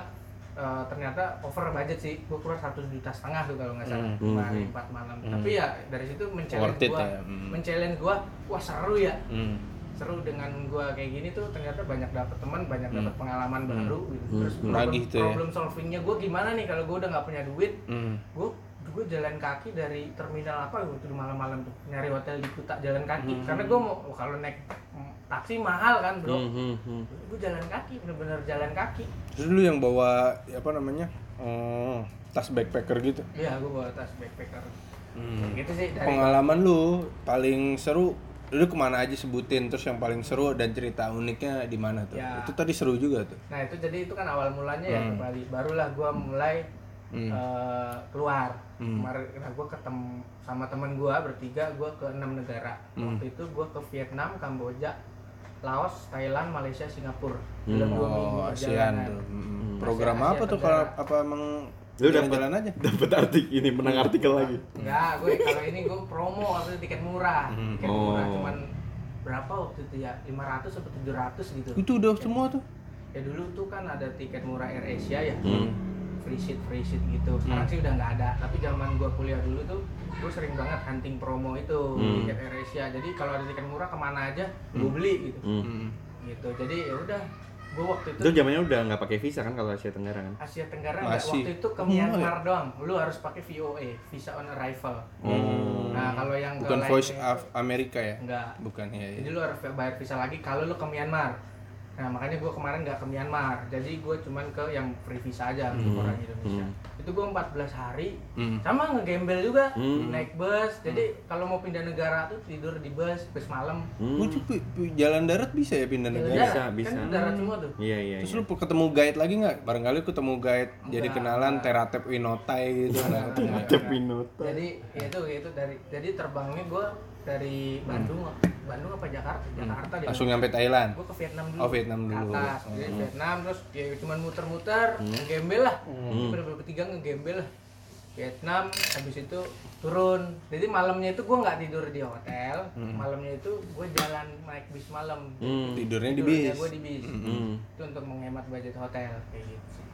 eh, ternyata over budget sih gue kurang satu juta setengah tuh kalau nggak salah
Hmm.
lima hari
Hmm.
empat malam
Hmm.
tapi ya dari situ men-challenge
Worth it
gua
ya, hmm.
men-challenge gua wah seru ya
Hmm.
seru dengan gua kayak gini tuh ternyata banyak dapet teman banyak
Hmm.
dapet pengalaman baru gitu.
Hmm.
terus
Hmm.
problem,
Nagih tuh ya.
problem solvingnya gua gimana nih kalau gua udah nggak punya duit
Hmm.
gua gua jalan kaki dari terminal apa waktu itu malam-malam tuh nyari hotel di Kuta jalan
Hmm.
kaki karena gua mau oh, kalau naik mm, taksi mahal kan bro
Hmm, hmm, hmm.
gua jalan kaki bener-bener jalan kaki
Terus lu yang bawa ya apa namanya? Hmm, tas backpacker gitu.
iya gua bawa tas backpacker
Hmm.
gitu sih dari
Pengalaman lu paling seru lu kemana aja sebutin terus yang paling seru dan cerita uniknya di mana tuh?
Ya.
Itu tadi seru juga tuh.
Nah itu jadi itu kan awal mulanya ya
Hmm.
ke Bali. Barulah gua mulai
Hmm.
eh, keluar.
Hmm.
Kemarin nah, gue ketemu sama temen gua bertiga, gua ke enam negara.
Hmm.
Waktu itu gua ke Vietnam, Kamboja, Laos, Thailand, Malaysia, Singapura.
Hmm.
Dalam dua minggu
Oh, ASEAN
perjalanan.
tuh. Hmm. Program
Asia-
apa
Asia
tuh
Tenggara.
kalau apa emang
Lu dapet-
jalan aja?
Dapat artikel ini menang artikel lagi.
Enggak, gue kalau ini gue promo waktu itu tiket murah.
Hmm.
Tiket murah
Oh.
cuman berapa waktu itu ya? 500 atau 700 gitu.
Itu udah semua tuh.
Ya dulu tuh kan ada tiket murah Air Asia ya.
Hmm.
free sheet free sheet gitu sekarang
Hmm.
sih udah nggak ada tapi zaman gua kuliah dulu tuh gua sering banget hunting promo itu
Hmm.
tiket AirAsia jadi kalau ada tiket murah kemana aja gua
Hmm.
beli gitu
Hmm.
Hmm.
gitu jadi ya udah gua waktu itu
Itu zamannya udah nggak pakai visa kan kalau Asia Tenggara kan?
Asia Tenggara nggak
Masih.
waktu itu ke
Oh,
Myanmar doang lu harus pakai VOA visa on arrival
Oh.
nah kalau yang
Hmm. Bukan
ke
Voice
lainnya
of
itu-
America ya?
enggak
Bukan ya.
jadi lu harus bayar visa lagi kalau lu ke Myanmar nah makanya gua kemarin nggak ke Myanmar jadi gua cuman ke yang free visa aja
Hmm.
untuk orang Indonesia itu gua 14 hari
Hmm.
sama ngegembel juga
Hmm.
naik bus jadi kalau mau pindah negara tuh tidur di bus bus malam
Hmm.
Oh, itu pi- pi- jalan darat bisa ya pindah
Jalan
negara?
Bisa,
darat.
bisa.
kan darat semua tuh
Iya iya.
Terus
iya.
lu ketemu guide lagi nggak? Barangkali ketemu guide jadi
Enggak,
kenalan
enggak.
teratep winotai gitu. Nah,
Enggak, enggak.
Ada Pinota.
jadi ya itu itu dari jadi terbangnya gua dari Bandung
Hmm.
Bandung apa Jakarta Jakarta deh
Langsung nyampe Thailand.
gue ke Vietnam dulu
Oh, Vietnam dulu. Hmm.
ke atas jadi Vietnam terus ya cuman muter-muter ngegembel lah hmm. bertiga ngegembel lah Vietnam habis itu turun jadi malamnya itu gue nggak tidur di hotel
Hmm.
malamnya itu gue jalan naik bis malam
Hmm.
Tidurnya di
Tidurnya
bis.
gua di bis
Hmm.
itu untuk menghemat budget hotel kayak gitu sih.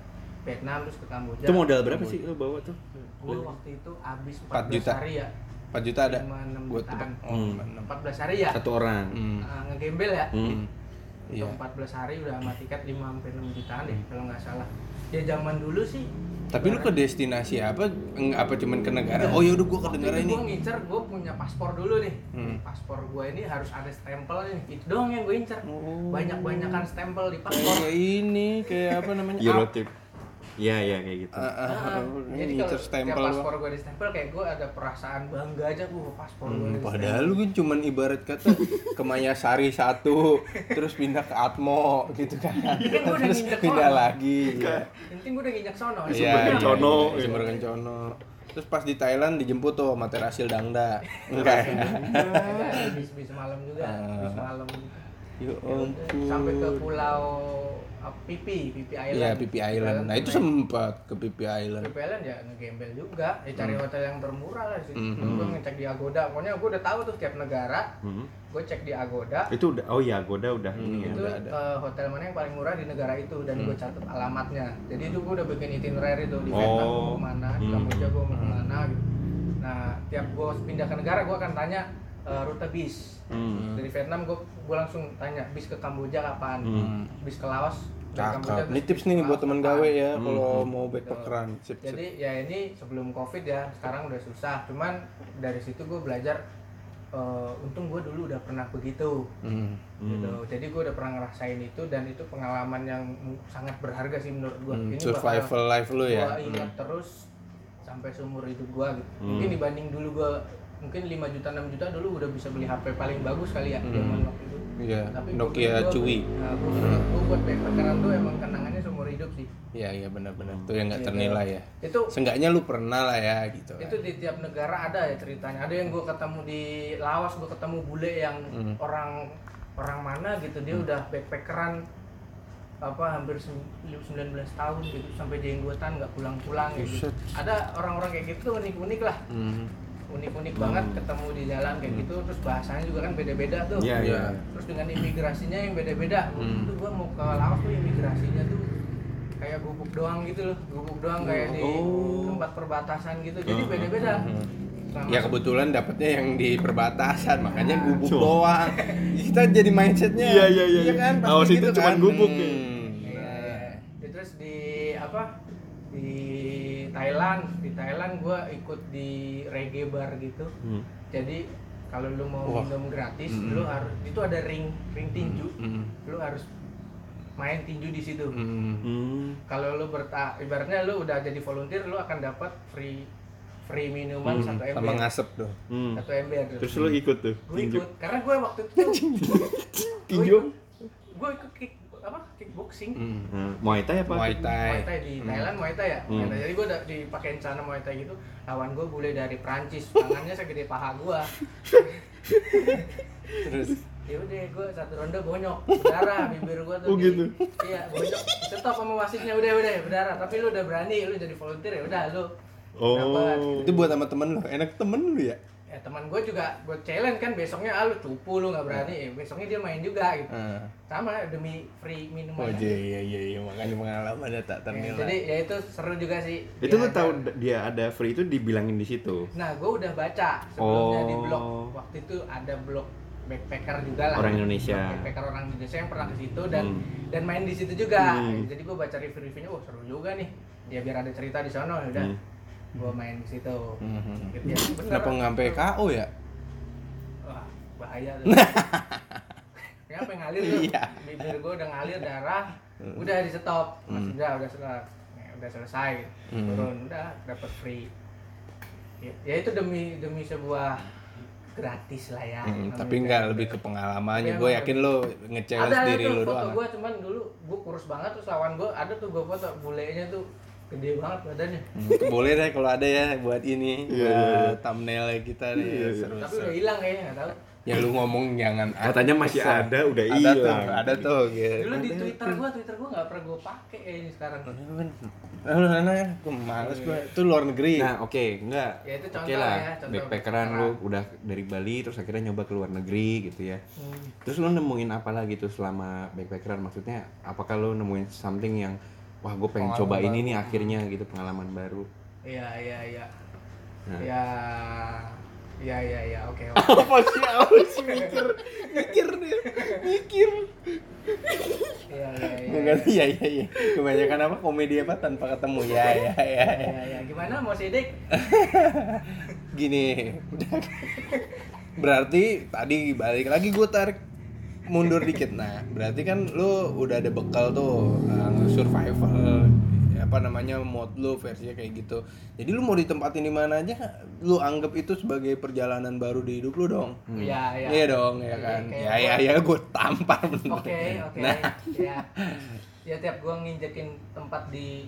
Vietnam terus ke Kamboja
Itu modal berapa sih lu bawa tuh?
gue waktu itu habis 14
4 juta.
hari ya
4 juta ada.
Lima, enam
Gua
jutaan.
tebak. Oh,
Hmm.
lima, enam.
14 hari ya
Satu orang.
Hmm.
Ah, ngegembel ya
Hmm.
Iya. Hmm.
Untuk 14 hari udah sama tiket 5 sampai 6 jutaan deh kalau nggak salah. Ya zaman dulu sih.
Tapi lu ke destinasi apa? Enggak apa cuman ke negara? Oh, yaudah gua ke negara ini.
Gue ngincer, gue punya paspor dulu nih.
Hmm.
Paspor gue ini harus ada stempel nih. Itu doang yang gue incer.
Oh.
Banyak-banyakan stempel di
Oh,
paspor.
kayak ini kayak apa namanya?
Eurotip. Iya iya kayak gitu.
Ah, ah, ah,
Ah, jadi
ini
kalau
terstempel
setiap paspor gue di stempel kayak gue ada perasaan bangga aja gue paspor gue.
Hmm,
di
padahal lu kan cuman ibarat kata ke Mayasari satu, terus pindah ke Atmo gitu kan.
Ini kan gua udah
terus
nginjek
pindah
orang.
lagi. Iya.
stempel. Penting gue udah nginjak sono.
Iya,
Sumber
iya,
Kencono.
iya, Sumber Kencono. Terus pas di Thailand dijemput tuh sama Terasil Dangda. Enggak ya?
bis bis malam juga,
Ah.
bis malam.
Ya
Ya udah,
ampun.
Sampai ke pulau apa, Pipi, Pipi Island.
Iya, Pipi Island. Nah, itu
naik-
sempat ke Pipi Island.
Pipi Island ya ngegembel juga, ya cari hotel yang termurah lah sih.
Hmm.
Gue ngecek di Agoda, pokoknya gue udah tahu tuh tiap negara,
Hmm.
gue cek di Agoda.
Itu udah oh iya goda udah
Hmm.
ini ya.
itu
udah ada. Hmm.
eh, hotel mana yang paling murah di negara itu dan gue catat alamatnya jadi itu gue udah bikin itinerary tuh di
Oh.
Vietnam gue kemana di
Hmm.
Kamboja gue mau kemana gitu nah tiap gue pindah ke negara gue akan tanya eh, rute bis
Hmm.
dari Vietnam gue gue langsung tanya bis ke Kamboja kapan
Hmm.
bis ke Laos dari Kamboja
Cakep.
terus
Ini tips
bis
nih
ke
buat
Laos
temen
kapan.
gawe ya kalau mau backpackeran. Sip, sip.
Jadi ya ini sebelum covid ya sekarang udah susah. Cuman dari situ gue belajar. eh, untung gue dulu udah pernah begitu,
Hmm.
gitu. Jadi gue udah pernah ngerasain itu dan itu pengalaman yang m- sangat berharga sih menurut
Hmm,
gue.
Survival life lu
gue
ya.
ingat iya terus sampai seumur hidup gue. Gitu.
Hmm.
Mungkin dibanding dulu gue mungkin 5 juta 6 juta dulu udah bisa beli HP paling bagus kali ya zaman waktu itu.
Iya, Hmm.
Tapi
Nokia Cui.
gue buat backpackeran tuh emang kenangannya seumur hidup sih.
Iya, iya benar-benar. Itu yang nggak
Gitu.
ternilai ya.
Itu
Seenggaknya lu pernah lah ya gitu. kan.
itu di tiap negara ada ya ceritanya ada yang gue ketemu di Laos gue ketemu bule yang
Hmm.
orang orang mana gitu dia udah backpackeran apa hampir sem- 19 tahun gitu sampai jenggotan nggak
Oh,
pulang-pulang gitu
Buset.
ada orang-orang kayak gitu unik-unik lah
Hmm.
unik-unik banget ketemu di jalan kayak gitu terus bahasanya juga kan beda-beda tuh
Iya iya.
Iya.
terus dengan imigrasinya yang beda-beda
Hmm.
itu gue mau ke Laos tuh imigrasinya tuh kayak gubuk doang gitu loh gubuk doang kayak di
Oh.
tempat perbatasan gitu jadi beda-beda Nah,
Hmm. Ya
masuk-
kebetulan dapetnya yang di perbatasan, makanya gubuk
Cuma-
doang. Kita jadi mindsetnya.
Iya, iya, iya, iya.
kan? Pasti
Awas itu
gitu
cuman
kan?
gubuk,
Hmm.
ya.
Iya. Ya, terus di apa di Thailand di Thailand gue ikut di reggae bar gitu
Hmm.
jadi kalau lu mau
Wah.
minum gratis
Mm-mm.
lu harus itu ada ring ring tinju
Hmm.
lu harus main tinju di situ
Hmm.
Hmm.
kalau lu berta ibaratnya lu udah jadi volunteer lu akan dapat free free minuman
Hmm,
satu
Sama
ember
ngasep tuh.
Hmm.
satu ember
Terus lu ikut tuh?
gue
tinju?
ikut Oh, karena gue waktu itu
Tinju?
gue ikut kick apa kickboxing
Hmm.
Hmm. Muay Thai apa?
Muay Thai.
Muay Thai di Thailand Muay Thai ya Muay
Hmm.
Thai. jadi gue dipakein celana Muay Thai gitu lawan gue bule dari Prancis tangannya segede paha gue
Terus
ya udah gue satu ronde bonyok berdarah bibir gue tuh
Oh,
di-
gitu.
iya bonyok stop sama wasitnya udah udah berdarah tapi lu udah berani lu jadi volunteer ya udah lu
Oh.
dapat.
itu buat sama temen lu. Enak temen lu ya?
ya teman gue juga buat challenge kan besoknya ah lu cupu lu nggak berani
Iya.
ya, besoknya dia main juga gitu
Heeh.
sama demi free
Oh
minuman
iya iya iya iya. makanya pengalaman ada tak
Ya,
ternilai.
jadi ya itu seru juga sih
Itu
Ya,
lu
ada-
tahu dia ada free itu dibilangin di situ.
Nah, gue udah baca sebelumnya di
Oh.
blog. Waktu itu ada blog backpacker juga lah.
Orang Indonesia.
Blog Backpacker orang Indonesia yang pernah ke situ dan
Hmm.
dan main di situ juga. Ya,
Hmm.
Jadi gue baca review-reviewnya, wah seru juga nih. Ya biar ada cerita di sana, udah.
Hmm.
Gue main di situ.
Mhm.
Gitu ya, bener.
Kenapa nggak sampai KO ya?
Wah, bahaya tuh. Kenapa ngalir tuh?
Iya.
Bibir gue udah ngalir darah, udah di stop. Mas
Hmm.
udah, udah selesai. Ya, udah selesai.
Hmm.
Turun, udah dapat free. Ya, ya itu demi demi sebuah gratis lah ya.
Hmm,
Namanya
tapi nggak lebih ke pengalamannya.
Tapi
Gue
emang-
yakin lo
ada
nge-challenge
Iya, ada
diri
tuh
lo
foto
doang.
gue cuman dulu gue kurus banget terus lawan gue ada tuh gue foto bulenya tuh gede banget badannya
Hmm, itu boleh deh kalau ada ya buat ini
Iya,
buat
iya, iya.
thumbnail kita nih
Iya, iya.
seru
tapi
seru.
udah hilang kayaknya nggak tahu
Ya lu ngomong jangan
Katanya masih
Kesel.
ada, udah
ada tuh,
hilang.
ada Hmm. tuh gitu.
dulu di
Ada
twitter gue twitter gue nggak pernah gue pakai ini sekarang
Lalu nana ya, gue males gue. Itu luar negeri.
Nah, oke, enggak.
Ya,
Oke
itu contoh
lah.
ya, contoh
Backpackeran lu udah dari Bali terus akhirnya nyoba ke luar negeri gitu ya.
Hmm.
Terus lu nemuin apa lagi tuh selama backpackeran? Maksudnya apakah lu nemuin something yang wah gue pengen
Pengalaman
coba ini
baru.
nih akhirnya gitu pengalaman baru.
Iya iya iya.
Nah.
Ya ya ya ya oke oke.
Apa sih harus mikir, mikir dia, mikir.
Iya iya iya.
Enggak sih, ya ya ya. Kebanyakan apa komedi apa tanpa ketemu ya ya ya.
Iya iya iya. Gimana mau sidik?
Gini, udah. berarti tadi balik lagi gue tarik mundur dikit nah berarti kan lu udah ada bekal tuh eh, survival apa namanya mode lu versinya kayak gitu jadi lu mau ditempatin di mana aja lu anggap itu sebagai perjalanan baru di hidup lu dong
Iya iya.
Iya dong, ya
Iya,
kan.
kayak
Ya ya ya gue tampar bener.
Oke oke.
Nah,
Ya. Ya tiap gua nginjekin tempat di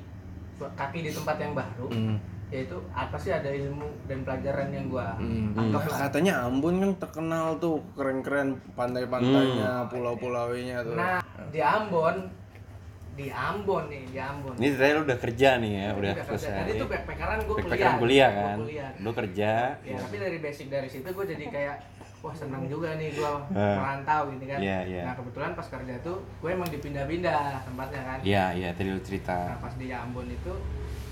kaki di tempat yang baru,
Hmm,
yaitu apa sih ada ilmu dan pelajaran yang gua
hmm.
tangkap
Nah,
lah.
katanya Ambon kan terkenal tuh keren-keren pantai-pantainya, pulau-pulaunya tuh.
Hmm. Nah di Ambon, di Ambon nih di Ambon.
Ini saya lu udah kerja nih ya, udah
Udah kerja.
selesai.
Tadi tuh backpackeran gue
Backpackeran kuliah Iya. kan. Lu kerja.
ya tapi dari basic dari situ gue jadi kayak wah senang juga nih gue
Eh.
merantau gitu kan
Iya, iya.
nah kebetulan pas kerja tuh gue emang dipindah-pindah tempatnya kan
Iya, iya tadi lu
nah
cerita.
pas di Ambon itu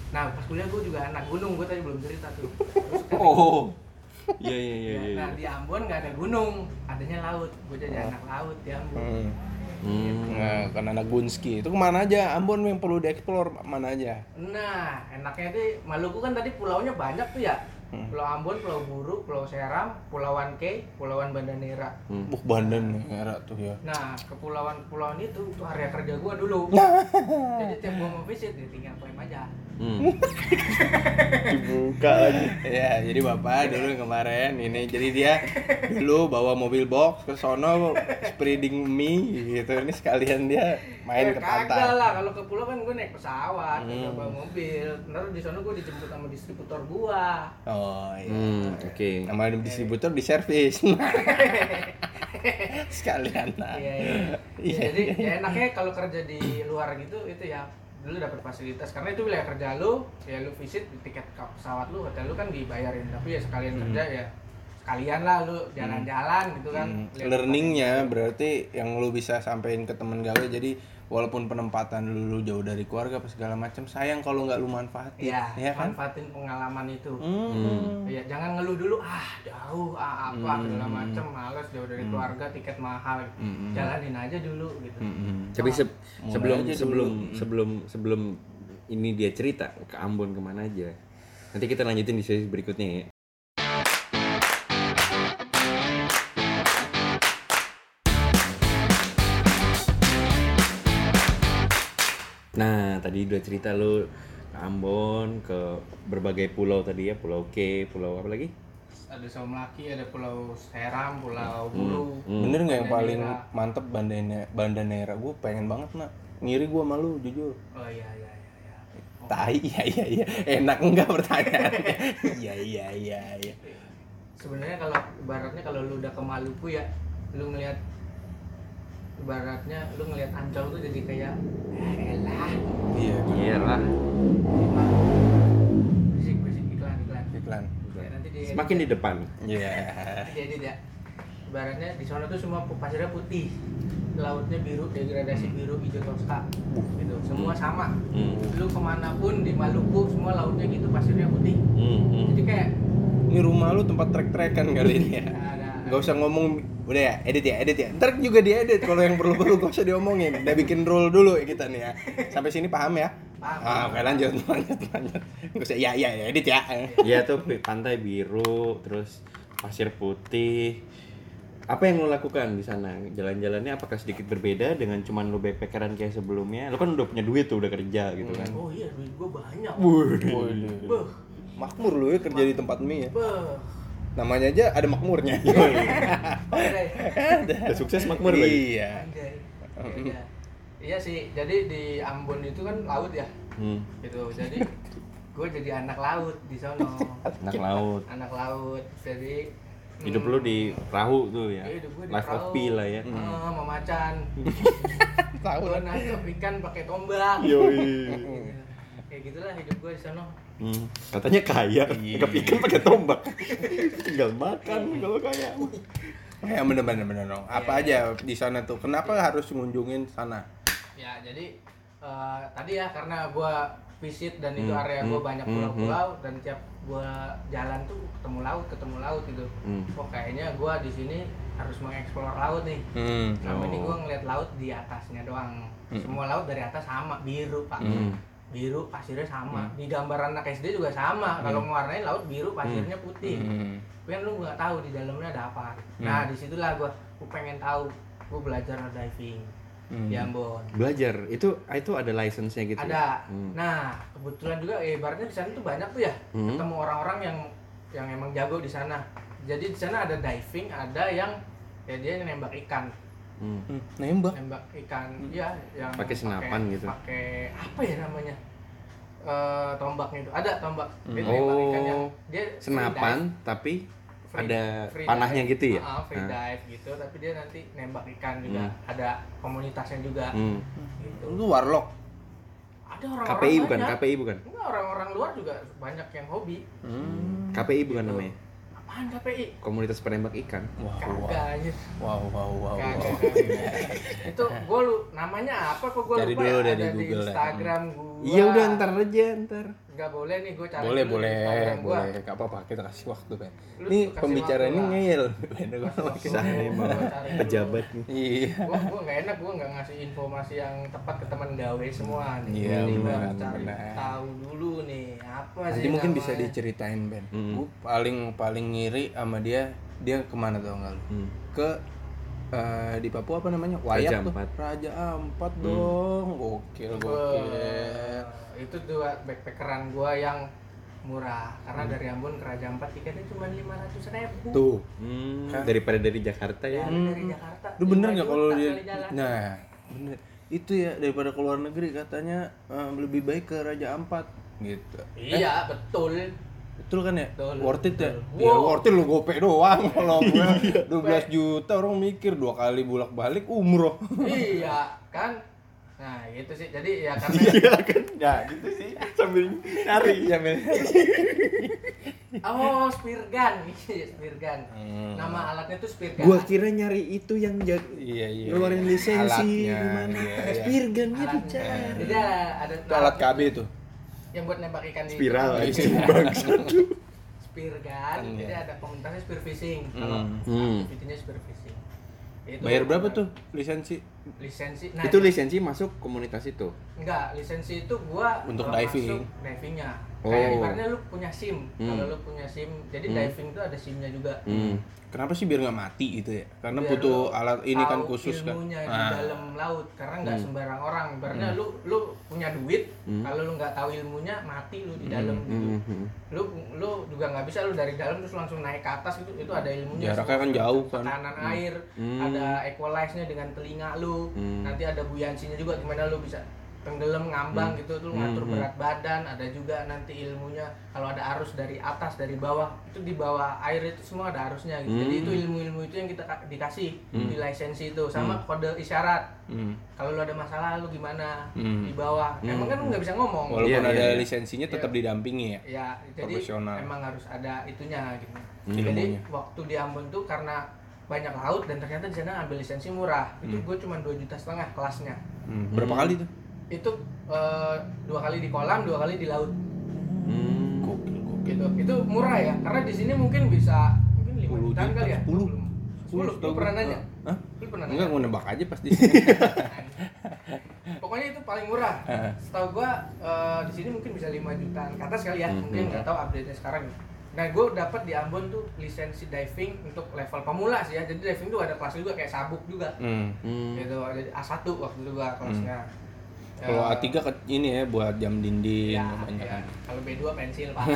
nah pas kuliah gue juga anak gunung gue tadi belum cerita tuh Terus kan-
Oh. Iya, iya, iya, iya.
nah di Ambon nggak ada gunung adanya laut gue jadi anak laut di Ambon
Hmm.
Hmm.
Nah, kan anak Gunski. Itu kemana aja? Ambon yang perlu dieksplor mana aja?
nah enaknya tuh Maluku kan tadi pulaunya banyak tuh ya
Hmm.
Pulau Ambon, Pulau Buru, Pulau Seram, Pulauan Kei, Pulauan Banda Nera.
Hmm.
Buk Bandan merah tuh ya.
Nah, kepulauan-kepulauan itu itu area kerja gua dulu. Jadi tiap gua mau visit ya tinggal klaim aja.
Hmm.
Dibuka lagi. ya, jadi bapak dulu yang kemarin ini jadi dia dulu bawa mobil box ke sono spreading mie gitu. Ini sekalian dia main
Eh,
ke
Kagak
pantai.
lah, kalau ke pulau kan gua naik pesawat,
Hmm.
kagak bawa mobil. Ntar di sana gua dijemput sama distributor gua.
Oh iya.
Hmm, oke.
Nama distributor di servis. sekalian lah.
Iya, iya. Ya, Jadi ya enaknya kalau kerja di luar gitu itu ya dulu dapat fasilitas karena itu wilayah kerja lu, ya lu visit tiket ke pesawat lu, hotel lu kan dibayarin tapi ya sekalian
Hmm.
kerja ya sekalian lah lu jalan-jalan gitu kan.
Hmm,
Lihat-
learningnya berarti yang lu bisa sampein ke temen gawe jadi walaupun penempatan lu, lu jauh dari keluarga apa segala macam sayang kalau nggak lu manfaatin
Iya,
ya kan
manfaatin pengalaman itu.
Hmm.
Iya, jangan ngeluh dulu, ah jauh, ah apa,
Hmm.
segala macem, males, jauh dari keluarga, tiket mahal. gitu.
Mm-mm.
Jalanin aja dulu gitu.
Tapi se-
Mulai
sebelum
aja dulu.
sebelum sebelum sebelum ini dia cerita ke Ambon kemana aja. Nanti kita lanjutin di sesi berikutnya ya. Nah, tadi udah cerita lu ke Ambon, ke berbagai pulau tadi ya, Pulau K, Pulau apa lagi?
Ada Somlaki, ada Pulau Seram, Pulau Buru.
bener nggak yang paling
Bandanera.
mantep ya, bandane bandanera gue pengen banget nak ngiri gue malu jujur
Oh iya, iya, iya. iya. Oh,
tai iya iya iya enak enggak pertanyaannya iya iya iya iya
Sebenarnya kalau ibaratnya kalau lu udah ke Maluku ya, lu ngelihat ibaratnya lu ngelihat ancol tuh jadi kayak "Ah, elah
iya
Iyalah.
bisik bisik iklan iklan
iklan
Ya, nanti di
Semakin di depan.
iya
jadi ya ibaratnya di sana tuh semua pu- pasirnya putih lautnya biru degradasi biru hijau toska gitu semua sama
Hmm.
lu kemanapun di Maluku semua lautnya gitu pasirnya putih
Hmm, hmm.
jadi kayak
ini rumah lu tempat trek-trekan kali ini ya
ada
Gak usah ngomong Udah ya, edit ya, edit ya Ntar juga diedit kalau yang perlu-perlu gak usah diomongin Udah bikin rule dulu ya kita nih ya Sampai sini paham ya?
Paham.
Ah, oke lanjut, lanjut, lanjut Gak usah, ya, ya, ya, edit ya
Iya tuh pantai biru, terus pasir putih. Apa yang lo lakukan di sana? Jalan-jalannya apakah sedikit berbeda dengan cuman lo backpackeran kayak sebelumnya? Lo kan udah punya duit tuh, udah kerja gitu kan.
oh iya duit gua banyak
Hmm.
Waduh.
beh
Makmur lu ya kerja di tempat mie ya
beh
Namanya aja ada makmurnya
Iya.
Oke.
Udah Iya, sukses makmur lagi.
Iya
Anjay. Iya. iya sih jadi di Ambon itu kan laut ya
Hmm,
gitu jadi gue jadi anak laut di sono
anak laut.
anak laut jadi
Hidup lo di perahu tuh ya.
Iya, hidup gua di
Life of
perahu.
Pi lah ya.
Hmm, sama macan
Tahu
gue
lah
nangkep ikan pakai tombak
Iya. Yoi.
kayak gitulah hidup gue di sana
Hmm, Iya. katanya kaya, nangkap ikan pakai tombak. Tinggal makan kalau kaya.
Ya bener bener bener dong Apa
Iya,
aja di sana tuh, kenapa harus ngunjungin sana?
ya jadi eh, tadi ya karena gue visit dan itu
Hmm,
area gue
hmm,
banyak
hmm,
pulau-pulau dan tiap gue jalan tuh ketemu laut ketemu laut gitu
Hmm.
oh kayaknya gue di sini harus mengeksplor laut nih
Hmm
Selama ini
Oh.
gue ngeliat laut di atasnya doang. Semua laut dari atas sama biru pak.
Hmm.
Biru pasirnya sama. Di gambaran anak SD juga sama. Kalau
Hmm.
mewarnai laut biru pasirnya putih. Tapi kan lu nggak tahu di dalamnya ada apa.
Hmm.
Nah disitulah gue gue pengen tahu. Gue belajar diving
Hmm.
di Ambon.
Belajar itu itu ada license-nya Hmm. gitu. ya?
Ada.
Hmm.
Nah kebetulan juga eh, ibaratnya di sana tuh banyak tuh ya.
Hmm.
Ketemu orang-orang yang yang emang jago di sana. Jadi di sana ada diving, ada yang ya dia nembak ikan.
Hmm.
Hmm, Nembak
nembak ikan ya yang
Pakai senapan gitu.
pakai apa ya namanya Eh tombaknya itu ada tombak dia
Hmm.
nembak
Oh.
ikan yang dia free dive,
senapan tapi
free-
ada
free
panahnya
dive.
gitu ya.
Ah,
Nah.
free
Ah.
dive gitu tapi dia nanti nembak ikan juga
Hmm.
ada komunitasnya juga
Hmm.
gitu
Lu warlock
ada orang-orang
KPI bukan
banyak.
KPI bukan.
Enggak, orang-orang luar juga banyak yang hobi
Hmm.
KPI bukan
Gitu.
namanya.
apaan KPI
Komunitas penembak ikan.
Oh, Wow, Oh,
kagak anjir.
wow, wow, wow,
Kagak, kagak. itu gue lu namanya apa kok gue
Cari
lupa
dulu deh
ada
di
di,
Google ya.
Instagram gue
Iya udah ntar aja ntar.
nggak boleh nih gue cari
boleh
dulu
boleh
di Instagram gua.
boleh gak apa-apa kita kasih waktu Ben
Lu
ini
kasih
pembicara
waktu
ini
lah.
ngeyel Ben Gua sama kita.
Saya emang
Cari dulu.
pejabat nih.
iya
gua gua nggak enak gua nggak ngasih informasi yang tepat ke teman gawe semua nih
Iya,
Jadi gua
benar,
harus cari
benar.
tahu dulu nih apa sih
nanti mungkin bisa
namanya.
diceritain Ben
Mm.
Gua paling paling ngiri sama dia dia kemana tau nggak lu
Hmm.
ke eh, di Papua apa namanya
Raja
Wayak tuh.
Ampat. Hmm.
Raja Ampat dong gokil gokil
Wah, Eh, itu dua backpackeran gua yang murah karena dari Ambon ke Raja Ampat tiketnya cuma lima ratus ribu
Hmm. tuh
Hmm,
Hah?
Daripada dari Jakarta ya.
dari Jakarta
Lu bener
Lima
nggak
juta
kalau
Iya, kali
dia
jalan.
Nah, bener. Itu ya daripada ke luar negeri katanya eh, lebih baik ke Raja Ampat gitu.
iya betul
Betul kan ya?
Betul,
worth it ya?
betul. Iya.
Ya
Wow.
worth it lu gope doang kalau gua 12 juta orang mikir dua kali bolak-balik umroh.
iya kan nah gitu sih jadi ya
Iya.
karena
Ya gitu sih sambil nyari.
Iya, men.
Oh, spear gun. Iya, spear gun.
Hmm.
Nama alatnya tuh spear gun.
Gua kira nyari itu yang jag
Iya, iya.
ngeluarin lisensi
Alatnya,
gimana.
iya, iya.
Spear gunnya
alatnya.
dicari.
Jadi ada ada
Itu alat kan? KB itu.
yang buat nembak ikan di
Spiral
Iya.
anjing bangsat lu.
spear gun.
Iya.
Jadi ada komunitasnya spear fishing. Kalau
Hmm.
aktivitinya spear fishing. Itu
Bayar berapa tuh lisensi?
Lisensi. Nah,
Itu lisensi masuk komunitas itu.
Enggak, lisensi itu gua
Untuk
uh,
diving.
masuk divingnya.
Oh.
Kayak ibaratnya lu punya SIM.
Hmm.
Kalau lu punya SIM, jadi
Hmm.
diving itu ada SIM-nya juga.
Hmm.
Kenapa sih biar nggak mati gitu ya? Karena
Biar
butuh
lu
alat ini kan
tahu
khusus kan.
ilmunya di
Ah.
dalam laut karena nggak
Hmm.
sembarang orang. Ibaratnya lu lu punya duit,
Hmm.
kalau lu nggak tahu ilmunya mati lu di dalam gitu.
Hmm, hmm, hmm.
Lu lu juga nggak bisa lu dari dalam terus langsung naik ke atas gitu. Itu ada ilmunya.
Jaraknya kan jauh kan.
Tekanan air,
Hmm.
ada equalize-nya dengan telinga lu.
Hmm.
Nanti ada buoyancy-nya juga gimana lu bisa tenggelam ngambang gitu tuh ngatur
Hmm.
berat badan ada juga nanti ilmunya kalau ada arus dari atas dari bawah itu di bawah air itu semua ada arusnya gitu. jadi
Hmm.
itu ilmu-ilmu itu yang kita ka- dikasih di lisensi itu sama kode isyarat
Hmm.
kalau lu ada masalah lu gimana
Hmm.
di bawah emang kan lu nggak bisa ngomong
Walaupun
Iya, iya,
ada
iya.
lisensinya tetap
Iya.
didampingi ya.
ya jadi
Profesional. Hmm.
emang harus ada itunya gitu jadi
Ilmunya.
waktu di Ambon tuh karena banyak laut dan ternyata di sana ambil lisensi murah itu gue cuma 2 juta setengah kelasnya
Hmm. Berapa kali tuh?
itu eh, dua kali di kolam dua kali di laut
Hmm.
Gokil, gokil.
gitu itu murah ya karena di sini mungkin bisa mungkin lima
10 juta,
jutaan
Iya,
kali ya
10.
Belum.
10,
10 lu pernah nanya
Hah?
lu pernah nanya
Enggak mau nembak aja pasti.
pokoknya itu paling murah setahu gua eh, di sini mungkin bisa 5 jutaan ke atas kali ya
Hmm, iya.
mungkin nggak tahu update nya sekarang nah gue dapat di Ambon tuh lisensi diving untuk level pemula sih ya jadi diving tuh ada kelas juga kayak sabuk juga
Hmm.
Hmm.
gitu jadi A1 waktu itu gua kelasnya Eh,
Ya. Kalau A3 ke ini ya buat jam dinding
ya,
banyak
ya. kalau B2 pensil pak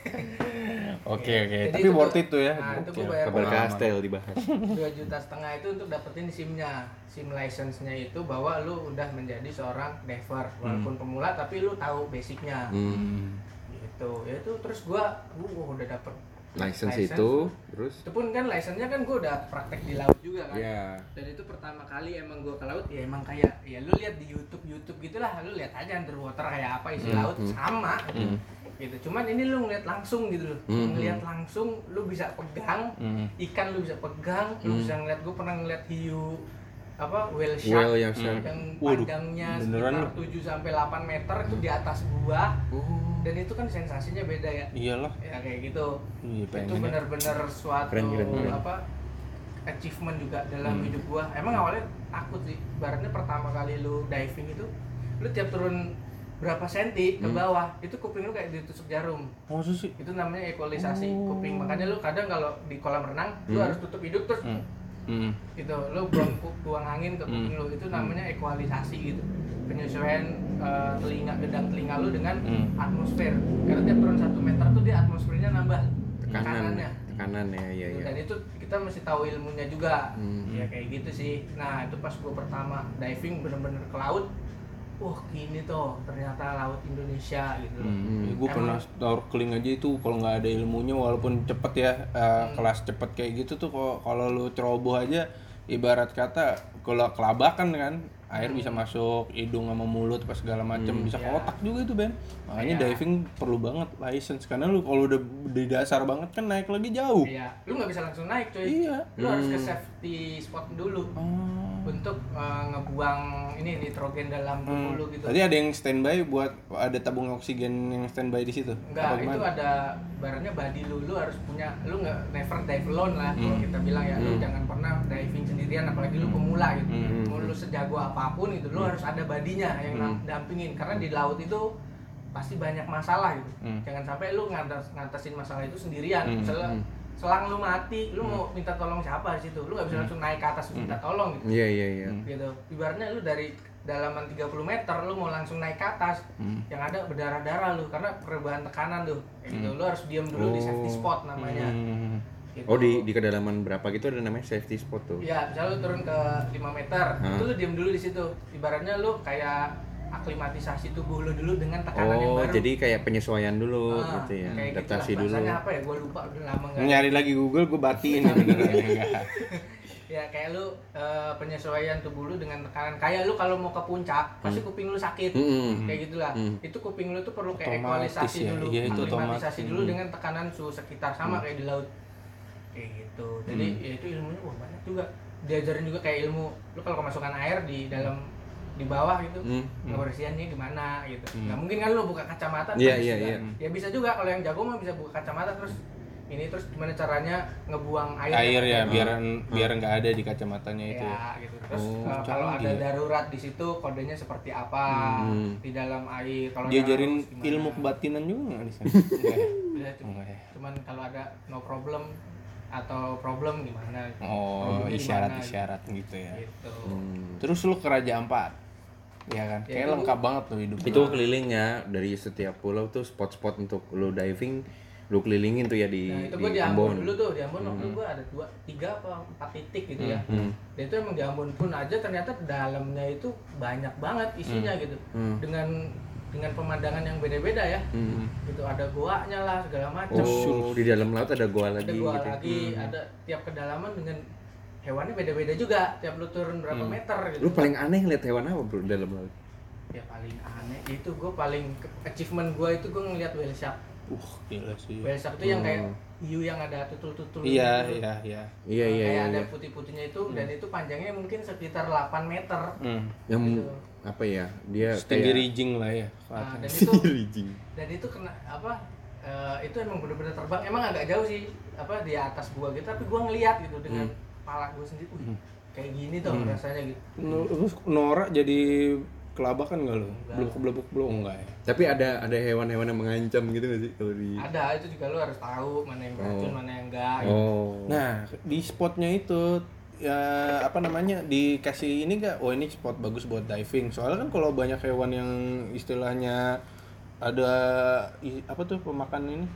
Ya, Oke oke,
Iya. Jadi
tapi
itu
worth
gua-
it tuh ya.
nah, itu
Gokil.
gua bayar
Kabel
Pengalaman.
kastel dibahas.
2 juta setengah itu untuk dapetin SIM-nya. SIM license-nya itu bahwa lu udah menjadi seorang diver walaupun pemula tapi lu tahu basicnya
Hmm.
gitu. Ya itu terus gua gua udah dapet
License
license.
itu terus
Itu pun kan license-nya kan gua udah praktek di laut juga
Iya.
kan.
ya
Dan itu pertama kali emang gua ke laut ya emang kayak ya lu lihat di YouTube YouTube gitulah lu lihat aja underwater kayak apa isi laut sama gitu. gitu. Cuman ini lu ngeliat langsung gitu loh.
Hmm.
Ngeliat langsung lu bisa pegang
Hmm.
ikan lu bisa pegang, lu
Hmm.
bisa ngeliat gue pernah ngeliat hiu apa whale shark
well yang shark. Hmm.
yang
Waduh,
panjangnya
beneran
sekitar 7 sampai 8 meter itu di atas gua
Oh.
dan itu kan sensasinya beda ya.
Iyalah,
Ya kayak gitu.
Ih,
Itu
pengen. ya.
bener-bener suatu
Keren, keren, keren. Hmm.
apa achievement juga dalam hidup gua. Emang awalnya takut sih. Ibaratnya pertama kali lu diving itu lu tiap turun berapa senti ke
Hmm.
bawah itu kuping lu kayak ditusuk jarum
Maksud sih?
itu namanya equalisasi kuping makanya lu kadang kalau di kolam renang lu harus tutup hidung terus
Hmm. Hmm.
gitu lu buang ku- buang angin ke kuping lu itu namanya equalisasi gitu penyesuaian eh, telinga gedang telinga lu dengan
Hmm.
atmosfer karena tiap turun satu meter tuh dia atmosfernya nambah
Tekanan,
tekanannya
tekanan ya
Iya,
ya
Gitu,
ya.
dan itu kita mesti tahu ilmunya juga
Hmm.
ya kayak gitu sih nah itu pas gua pertama diving bener-bener ke laut wah gini toh ternyata laut Indonesia gitu loh.
Hmm.
Hmm.
Gue pernah snorkeling aja itu kalau nggak ada ilmunya walaupun cepet ya eh,
Hmm.
kelas cepet kayak gitu tuh kalau kalau lu ceroboh aja ibarat kata kalau kelabakan kan air bisa
Hmm.
masuk hidung sama mulut pas segala macem bisa
iya.
ke otak juga itu Ben makanya diving perlu banget license karena lu kalau udah di dasar banget kan naik lagi jauh
Iya, lu nggak bisa langsung naik coy.
Iya.
Lu harus ke safety spot dulu
Oh.
untuk eh, ngebuang ini nitrogen dalam tubuh lu gitu.
Hmm. Tadi ada yang standby buat ada tabung oksigen yang standby di situ. Apa
Enggak,
gimana?
itu ada barangnya body lu, lu harus punya, lu nggak never dive alone lah
Hmm.
kalau kita bilang ya, lu jangan pernah diving sendirian, apalagi lu pemula gitu,
Hmm,
mau lu sejago apapun gitu, lu harus ada badinya yang nam- dampingin, karena di laut itu pasti banyak masalah gitu,
Hmm.
jangan sampai lu ngatas ngatasin masalah itu sendirian, Sel- selang lu mati,
Hmm.
lu mau minta tolong siapa di situ, lu nggak bisa langsung naik ke atas terus minta tolong gitu,
Iya iya iya.
Hmm.
gitu, ibaratnya lu dari dalaman 30 meter lu mau langsung naik ke atas
Hmm.
yang ada berdarah-darah lu karena perubahan tekanan tuh kayak gitu lu harus diam dulu di safety
Hmm. Oh.
spot namanya
Hmm.
gitu.
Oh di di kedalaman berapa gitu ada namanya safety spot tuh.
ya misalnya lu turun ke 5 meter
Hmm.
itu lu diam dulu di situ ibaratnya lu kayak aklimatisasi tubuh lu dulu dengan tekanan yang
Oh
baru
jadi kayak penyesuaian dulu
Ah,
gitu ya,
kayak
adaptasi
gitulah.
dulu. Iya,
Bahasanya apa ya gua lupa udah lama nggak Iya.
Nyari lagi Google, gue batiin. ya, beneran. Enggak.
ya kayak lu eh, penyesuaian tubuh lu dengan tekanan kayak lu kalau mau ke puncak pasti kuping lu sakit
Mm-mm.
kayak gitulah
Hmm.
itu kuping lu tuh perlu kayak
Otomatis
ekualisasi
ya,
dulu
iya, itu
aklimatisasi
otomatis.
dulu
Hmm.
dengan tekanan suhu sekitar sama kayak di laut kayak gitu jadi ya itu ilmunya wah banyak juga diajarin juga kayak ilmu lu kalau kemasukan air di dalam di bawah gitu
Hmm.
kebersihannya gimana gitu
Hmm.
nggak mungkin kan lu buka kacamata
Iya,
terus
iya,
juga.
iya.
ya bisa juga kalau yang jago mah bisa buka kacamata terus ini terus gimana caranya ngebuang air
air ya
Hmm.
biar biar nggak ada di kacamatanya itu ya.
ya gitu terus
Oh,
uh, kalau
canggih
ada
ya.
darurat di situ kodenya seperti apa
Hmm.
di dalam air kalau
diajarin
ada arus gimana.
ilmu kebatinan juga nggak di sana Nggak ya?
Udah, cu-
Nggak ya?
cuman kalau ada no problem atau problem gimana
oh
Problemnya
isyarat
gimana,
isyarat gitu ya
gitu
Hmm.
terus lu ke Raja Ampat ya kan
Ya,
kayak
itu-
lengkap banget tuh hidup
Itu
lu.
keliling ya dari setiap pulau tuh spot-spot untuk lu diving, lu kelilingin tuh ya di
nah itu
di
gue di Ambon dulu tuh di Ambon waktu
Hmm.
gue ada dua tiga apa empat titik gitu ya
Hmm.
Hmm.
dan itu emang di Ambon pun aja ternyata dalamnya itu banyak banget isinya gitu
Hmm.
dengan dengan pemandangan yang beda-beda ya
Hmm.
gitu ada goanya lah segala macam
Oh, di dalam laut ada goa lagi
ada gua
gitu.
lagi ada tiap kedalaman dengan hewannya beda-beda juga tiap lu turun berapa
Hmm.
meter gitu
Lu paling aneh ngeliat hewan apa bro di dalam laut?
ya paling aneh itu gua paling achievement gua itu gua ngeliat whale shark
uh gila sih
whale shark itu yang
Oh.
kayak hiu yang ada tutul-tutul
iya
gitu.
iya iya
Iya iya
kayak
iya.
ada
iya.
putih-putihnya itu dan itu panjangnya mungkin sekitar 8 meter Nah,
hmm.
Yang
gitu.
apa ya? Dia
setinggi
kayak
rijing lah ya
Nah, dan itu
Setinggi rijing.
dan itu kena apa eh, itu emang bener-bener terbang emang agak jauh sih apa di atas gua gitu tapi gua ngeliat gitu dengan kepala gua sendiri Wih, kayak gini tuh rasanya gitu
Lu- lu norak jadi kelabakan nggak lu belum belum belum enggak ya
Tapi ada ada hewan-hewan yang mengancam gitu gak sih kalau di
ada itu juga lu harus tahu mana yang beracun
Oh.
mana yang enggak gitu.
Oh.
Nah, di spotnya itu ya apa namanya dikasih ini enggak? Oh, ini spot bagus buat diving. Soalnya kan kalau banyak hewan yang istilahnya ada i- apa tuh pemakan ini?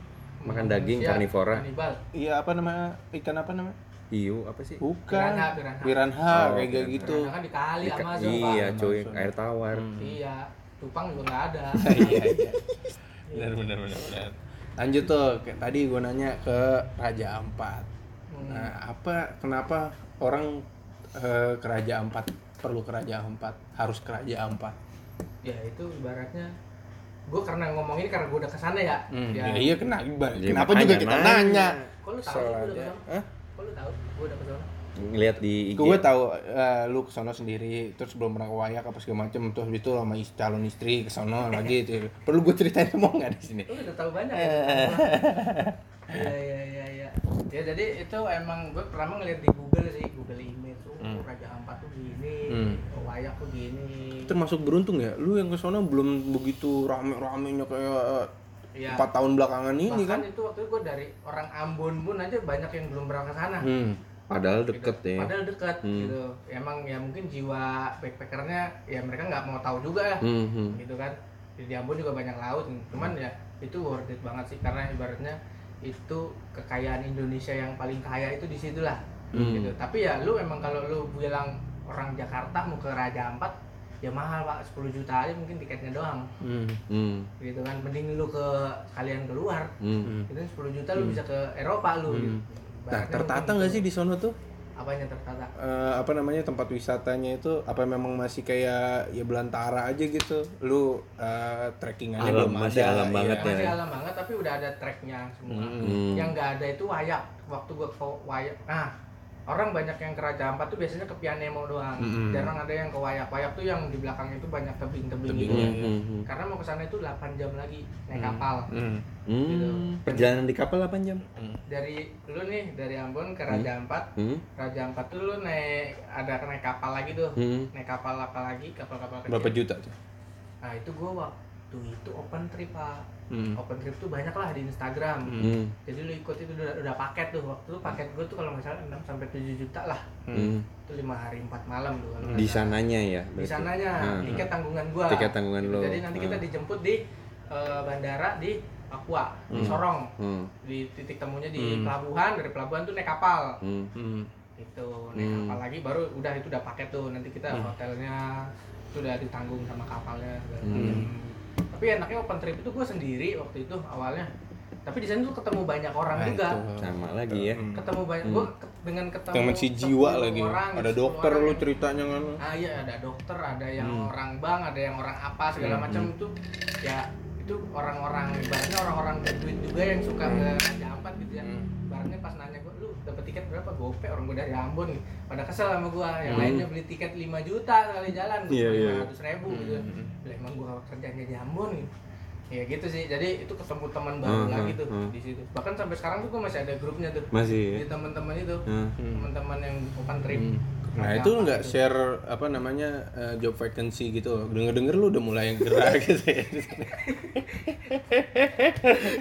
makan daging
Manusia,
karnivora.
kanibal
Iya, apa namanya? Ikan apa namanya?
Iyo apa sih?
Bukan.
Piranha, piranha.
Piranha,
Oh,
kayak
piranha.
gitu.
Karena kan dikali sama
Ika-
Zumba.
iya, cuy,
Langsung.
air tawar.
Hmm.
iya tupang juga nggak ada
Iya, iya. Benar, benar, benar, benar. Lanjut tuh, kayak tadi gue nanya ke Raja Ampat.
Hmm.
Nah, apa kenapa orang eh, ke Raja Ampat perlu ke Raja Ampat, harus ke Raja Ampat?
ya itu ibaratnya gue karena ngomong ini karena gue udah kesana ya
Hmm,
ya,
ya, iya kena,
Ya,
kenapa
makanya
juga kita
nanya.
nanya? eh?
kok lu tahu
Kesel
sih gua udah
aja.
kesana
ya. Hah?
kok lu tahu gue udah kesana
Ngeliat di IG.
Gue tahu eh, lu kesono sendiri, terus belum pernah ke Wayak apa segala macem, terus habis itu sama is- calon istri kesono lagi itu. Perlu gue ceritain mau nggak di sini?
lu udah tahu banyak ya Iya, iya, iya, iya. Ya jadi itu emang gue pertama ngeliat di Google sih, Google Image tuh
Hmm.
Raja Ampat tuh gini,
Hmm.
Wayak tuh gini.
Termasuk beruntung ya, lu yang kesono belum begitu rame-ramenya kayak
Iya.
empat tahun belakangan ini
Bahkan ya.
kan?
itu waktu itu gue dari orang Ambon pun aja banyak yang belum berangkat sana.
Hmm.
Padahal
gitu.
deket ya.
Padahal dekat
Hmm.
gitu. Emang ya mungkin jiwa backpackernya ya mereka nggak mau tahu juga lah.
Hmm, hmm.
Gitu kan. Di Ambon juga banyak laut. Cuman ya itu worth it banget sih karena ibaratnya itu kekayaan Indonesia yang paling kaya itu di situlah.
Hmm.
Gitu. Tapi ya lu emang kalau lu bilang orang Jakarta mau ke Raja Ampat ya mahal pak 10 juta aja mungkin tiketnya doang
Hmm.
Hmm,
gitu kan mending lu ke kalian keluar
hmm.
Hmm.
itu 10 juta lu bisa ke Eropa lu
Hmm.
gitu.
Nah,
Ibaratnya
tertata
mungkin
nggak sih
itu.
di sono tuh?
apanya tertata
Eh, apa namanya tempat wisatanya itu apa memang masih kayak ya belantara aja gitu lu eh, trekkingannya
Alam,
belum
masih
ada, iya.
alam banget ya.
masih alam banget tapi udah ada treknya semua
Hmm.
Hmm.
yang nggak ada itu wayak waktu gua ke wayak nah orang banyak yang ke Raja Ampat tuh biasanya ke Pianemo doang
Mm-mm.
jarang ada yang ke wayak wayak tuh yang di belakang itu banyak tebing-tebing
Tebing.
gitu.
Hmm, hmm, hmm.
karena mau ke sana itu 8 jam lagi naik
Hmm.
kapal
Hmm.
Hmm.
Gitu.
Perjalanan di kapal 8 jam.
dari lu nih dari Ambon ke Raja Ampat
Hmm.
Raja Ampat tuh lu naik ada naik kapal lagi tuh
Hmm.
naik kapal apa lagi kapal-kapal kecil
berapa juta tuh
Nah itu gue waktu itu open trip pak.
Hmm.
Open trip tuh banyak lah di Instagram.
Hmm.
Jadi lu ikut itu udah, udah paket tuh waktu itu paket gue tuh kalau nggak salah 6 sampai 7 juta lah.
Hmm.
Itu 5 hari 4 malam tuh kalau
Hmm.
nggak
Di
salah.
sananya ya.
Di
berarti.
sananya
Hmm.
tiket tanggungan gua.
Tiket tanggungan
Gitu,
lu.
Jadi nanti kita
Hmm.
dijemput di eh, bandara di Papua, di
Hmm.
Sorong.
Hmm.
Di titik temunya di
Hmm.
pelabuhan, dari pelabuhan tuh naik kapal.
Hmm.
Hmm.
Gitu, naik
Hmm.
kapal lagi baru udah itu udah paket tuh. Nanti kita
Hmm.
hotelnya itu udah ditanggung sama kapalnya segala
Hmm.
macam. Tapi enaknya open trip itu gue sendiri waktu itu awalnya. Tapi di sana tuh ketemu banyak orang
Nah,
juga.
itu.
Sama lagi ya.
Hmm.
Ketemu banyak
Hmm.
gue dengan ketemu
Dengan si jiwa
10
lagi.
orang,
ada
10
dokter
orang
lu
yang-
ceritanya kan.
ah iya ada dokter ada yang
Hmm.
orang bank ada yang orang apa segala macam itu ya itu orang-orang ibaratnya orang-orang berduit juga yang suka
Hmm.
ngejampat gitu ya
Hmm.
Barangnya pas nanya gue, lu dapet tiket berapa? Gope orang gue dari Ambon gitu. Pada kesel sama gue, yang
Hmm.
lainnya beli tiket 5 juta sekali jalan, gue
Iya, iya.
ratus ribu gitu.
Hmm.
Lah emang gue kerjanya di Ambon gitu. Ya gitu sih, jadi itu ketemu teman baru
Hmm,
lagi
hmm,
tuh
hmm.
di situ. Bahkan sampai sekarang tuh gue masih ada grupnya tuh.
ya?
Masih.
Gitu.
Di teman-teman itu,
Hmm.
Heeh.
teman-teman yang bukan trip.
Hmm. Nah
Ada
itu
apa
lu nggak
gitu.
share apa namanya eh, job vacancy gitu? Denger-denger lu udah mulai gerak gitu ya.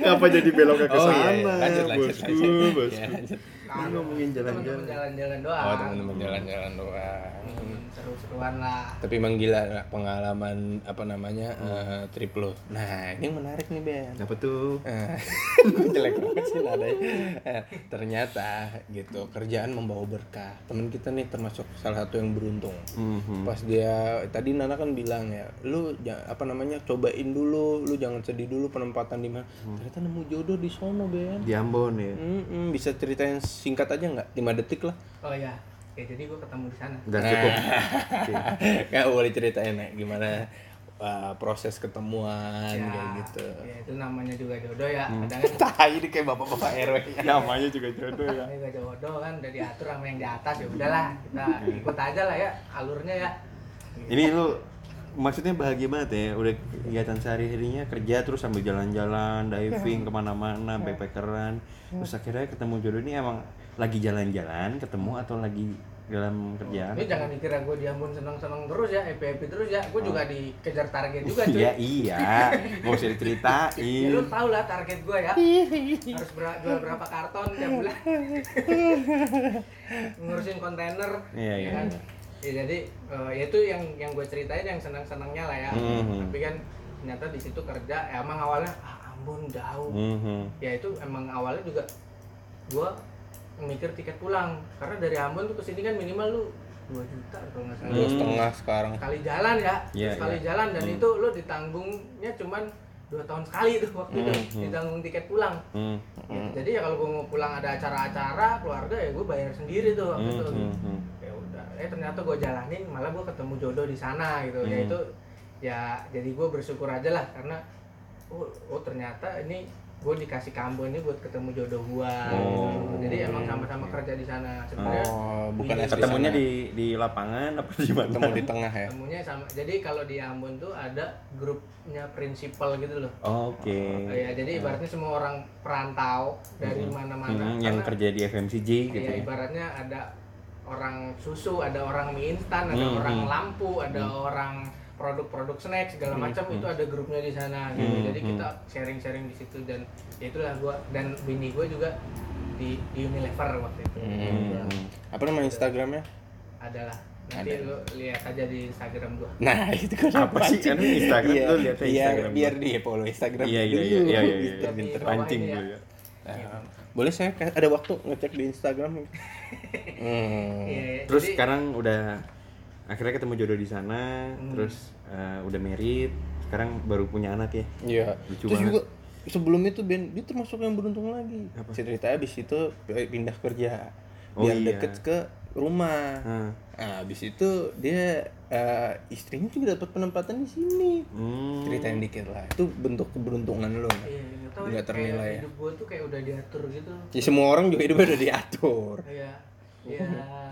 Ngapa jadi belok ke
Oh,
sana?
iya, iya. Lanjut, lanjut,
bosku,
lanjut.
bosku.
Iya, lanjut.
Ini ngomongin
Nah, Teman-teman
jalan-jalan.
jalan-jalan doang.
Oh teman-teman jalan-jalan doang.
Hmm, Seru-seruan lah.
Tapi emang gila Ra, pengalaman apa namanya eh, trip lo. Nah ini menarik nih Ben.
Apa tuh?
Eh, jelek banget sih nadanya. Eh, ternyata gitu kerjaan membawa berkah. Temen kita nih termasuk salah satu yang beruntung.
Mhm.
Pas dia tadi Nana kan bilang ya, lu ja- apa namanya cobain dulu, lu jangan sedih dulu penempatan di mana. Ternyata nemu jodoh di sono Ben.
Di Ambon ya.
Mm-mm, bisa ceritain singkat aja nggak? 5 detik lah.
Oh ya, ya jadi gue ketemu di sana.
Udah cukup. Oke.
Nggak boleh ceritain ya gimana uh, proses ketemuan
ya,
kayak gitu.
ya, itu namanya juga jodoh ya kadang kan
Tai ini kayak bapak-bapak RW.
Namanya juga jodoh ya.
namanya juga jodoh kan udah diatur sama yang di atas ya udahlah kita
Hmm.
ikut aja lah ya alurnya ya
Ini lu maksudnya bahagia banget ya udah kegiatan sehari-harinya kerja terus sambil jalan-jalan diving kemana-mana backpackeran terus akhirnya ketemu jodoh ini emang lagi jalan-jalan ketemu atau lagi dalam kerjaan
ini jangan dikira gue di Ambon seneng-seneng terus ya happy happy terus ya gue juga dikejar target juga cuy
Oh. Iya iya, mau usah
Ya
diceritain.
lu tau lah target gue ya Harus ber- jual berapa karton tiap bulan Ngurusin kontainer
Iya,
ya
iya,
kan?
iya.
Ya, jadi eh, ya itu yang yang gue ceritain yang senang-senangnya lah ya
Mhm.
Tapi kan ternyata di situ kerja ya emang awalnya ah, Ambon jauh
Mhm.
Ya itu emang awalnya juga gue mikir tiket pulang Karena dari Ambon tuh kesini kan minimal lu 2 juta kalau nggak salah
Dua setengah sekarang.
sekali jalan ya
Hmm. Iya,
sekali
iya.
jalan dan
Hmm.
itu lo ditanggungnya cuman dua tahun sekali tuh waktu itu
Hmm, hmm.
ditanggung tiket pulang
Hmm,
Gitu. jadi ya kalau gue mau pulang ada acara-acara keluarga ya gue bayar sendiri tuh waktu
hmm,
itu
hmm, hmm.
ya udah eh ternyata gue jalanin malah gue ketemu jodoh di sana gitu ya
Hmm.
itu ya jadi gue bersyukur aja lah karena oh, oh ternyata ini gue dikasih kambo ini buat ketemu jodoh gue
Oh.
jadi emang sama-sama kerja di sana sebenarnya
Oh, bukan
Iya.
asli
Ketemunya
sana.
di di lapangan apa di mana?
ketemu di tengah ya.
temunya sama jadi kalau di Ambon tuh ada grupnya prinsipal gitu loh
Oke.
Oh ya, jadi ibaratnya semua orang perantau dari mana-mana.
Hmm. Hmm, yang
Karena,
kerja di FMCG gitu. ya.
ya, ibaratnya ada orang susu, ada orang mie instan, ada
Hmm,
orang
hmm.
lampu, ada orang produk-produk snack segala macam itu ada grupnya di sana gitu.
Hmm,
Jadi kita sharing-sharing di situ dan ya itulah gua dan bini gua juga di, di Unilever waktu itu.
Hmm.
Ya,
Apa nama Instagramnya?
Adalah nanti
Ada.
lu lihat aja di Instagram gua.
Nah, itu kan
Apa sih? Kan Instagram
Iya,
lu lihatnya
biar,
Instagram.
Biar dia follow Instagram
Iya iya
dulu.
iya iya iya. iya.
Tapi
Pinter.
bawah
Pancing
ini ya.
gue ya.
Nah, boleh saya ke- ada waktu ngecek di Instagram? hmm.
Iya,
Terus
jadi-
sekarang udah akhirnya ketemu jodoh di sana,
Hmm.
terus eh, udah married, sekarang baru punya anak ya.
Iya.
Lucu
Terus
banget.
juga sebelum itu Ben, dia termasuk yang beruntung lagi.
Apa?
Ceritanya abis itu pindah kerja.
Oh,
biar
iya. Hmm.
deket ke rumah.
Hah.
Nah, abis itu dia eh, istrinya juga dapat penempatan di sini.
Hmm.
Ceritain dikit lah. Itu bentuk keberuntungan lo. Nat.
Iya, nggak tahu
Nggak
ya,
ternilai
kayak
ya.
hidup gue tuh kayak udah diatur gitu
Ya, semua orang juga hidupnya udah diatur.
iya iya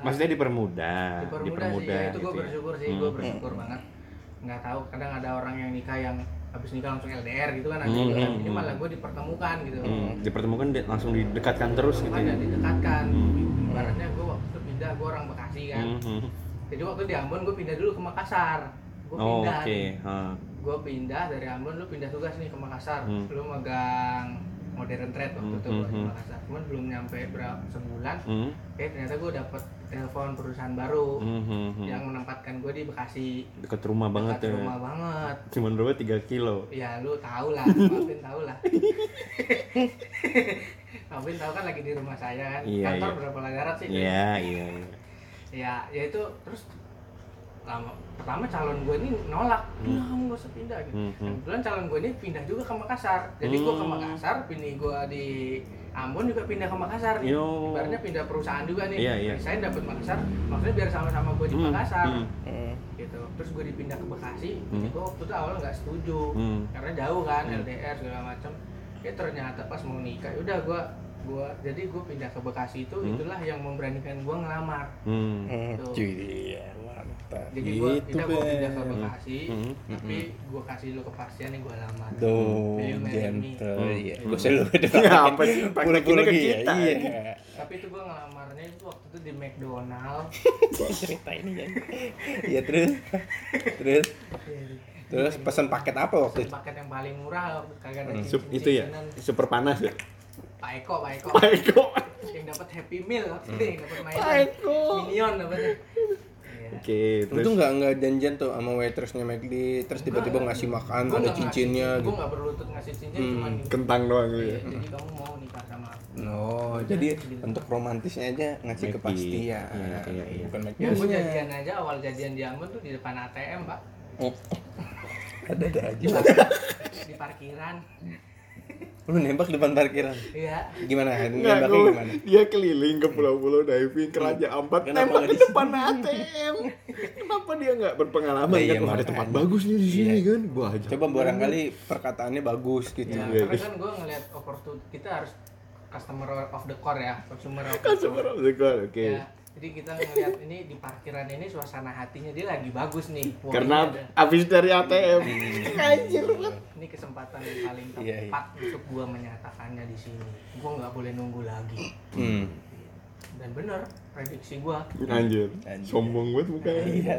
Maksudnya Nah, dipermudah,
dipermudah, sih ya, itu gue
gitu ya.
bersyukur sih gue bersyukur banget nggak tahu kadang ada orang yang nikah yang habis nikah langsung LDR gitu kan ada
Hmm,
juga kan.
hmm,
ini
hmm.
malah gue dipertemukan gitu
Hmm, dipertemukan di- langsung didekatkan terus gitu
ada
ya.
didekatkan
Hmm.
ibaratnya gue waktu itu pindah gue orang Bekasi kan
Mhm.
jadi waktu di Ambon gue pindah dulu ke Makassar gue
Oh,
pindah
Oke, Hah.
gue pindah dari Ambon lu pindah tugas nih ke Makassar
Hmm.
lu megang modern trade waktu itu gua di
Hmm, hmm,
Makassar cuman belum nyampe berapa sebulan
Hmm,
eh ternyata gue dapet telepon perusahaan baru
hmm, hmm, hmm.
yang menempatkan gue di Bekasi
Deket rumah banget
Dekat
ya.
rumah banget
Cuman berapa 3 kilo.
ya lu tau lah Alvin tau lah Alvin tau kan lagi di rumah saya kan
Iya,
kantor
iya.
berapa layaran sih
Iya, iya. iya.
ya ya itu terus lama pertama calon gue ini nolak bilang gue sepindah gitu
Hmm, hmm.
kebetulan calon gue ini pindah juga ke Makassar jadi gue ke
Hmm.
Makassar bini gue di Ambon juga pindah ke Makassar nih.
Yo.
Ibaratnya pindah perusahaan juga nih.
Iya, iya.
Saya dapat Makassar, maksudnya biar sama-sama gue di
Hmm,
Makassar.
hmm.
Hmm.
Gitu. Terus gue dipindah ke Bekasi,
Hmm.
gue waktu itu awalnya nggak setuju.
Hmm.
Karena jauh kan,
Hmm.
LDR segala macam. Ya ternyata pas mau nikah, ya udah gue gua jadi gue pindah ke Bekasi itu
Hmm.
itulah yang memberanikan gue ngelamar.
Hmm.
Hmm.
Tuh.
Cuy, ya, mantap.
Jadi gue
Gitu,
pindah gue pindah ke
Ben.
Bekasi,
kan. Hmm.
tapi gue kasih dulu kepastian nih gue lamar.
Tuh,
Will marry me.
gentle.
Hmm.
Iya,
Hmm.
gue selalu ada
Ya, apa sih?
Bulu-bulu
Praktekinnya ke
dia,
kita.
Iya.
Tapi itu gue ngelamarnya itu waktu itu di McDonald.
cerita ini kan ya terus terus terus pesan paket apa waktu itu
paket yang paling murah waktu kagak ada
Hmm.
Sup itu ya,
cincin-cincinan.
super panas ya.
Pak Eko, Pak Eko.
Pak Eko. Hmm.
yang dapat Happy Meal waktu itu yang dapat mainan.
Pak Eko.
Minion dapatnya. Iya.
Oke,
itu
terus
nggak nggak janjian tuh sama waitersnya McD terus tiba-tiba ngasih makan
Gua
ada
nggak
cincinnya
ngasih- Gua
gitu
nggak berlutut ngasih cincin
Hmm.
cuman gitu.
kentang doang gitu
Iya,
ya.
Jadi kamu mau nikah sama aku.
no Oh, jadi untuk romantisnya aja ngasih
McD.
kepastian
Iya, iya, iya.
bukan McD
Ya gue jadian aja awal jadian di Ambon tuh di depan ATM, Pak.
Oh. ada ada aja
Di, park- di parkiran.
lu nembak di depan parkiran
Iya.
gimana
Nggak,
nembaknya
gua-
gimana Iya.
dia keliling ke pulau-pulau diving ke Raja Ampat
Kenapa
nembak
nggak
di
di
depan ATM kenapa dia nggak berpengalaman
Iya,
kan wah ada
makanya.
tempat bagus nih di sini
Iya.
kan gua aja
coba barangkali perkataannya bagus gitu
Ya,
Iya.
karena kan gue ngeliat opportunity kita harus customer of the core ya, consumer of the core.
customer of the core, oke
Iya.
Ya, jadi kita ngeliat ini di parkiran ini suasana hatinya dia lagi bagus nih. Wah, iya
karena
ini, ada-
habis dari ATM anjir banget
ini kesempatan yang paling tepat
Iya, iya.
untuk gua menyatakannya di sini. Gua nggak boleh nunggu lagi.
hmm.
Dan bener prediksi gua.
anjir
Anjir.
sombong banget mukanya
iya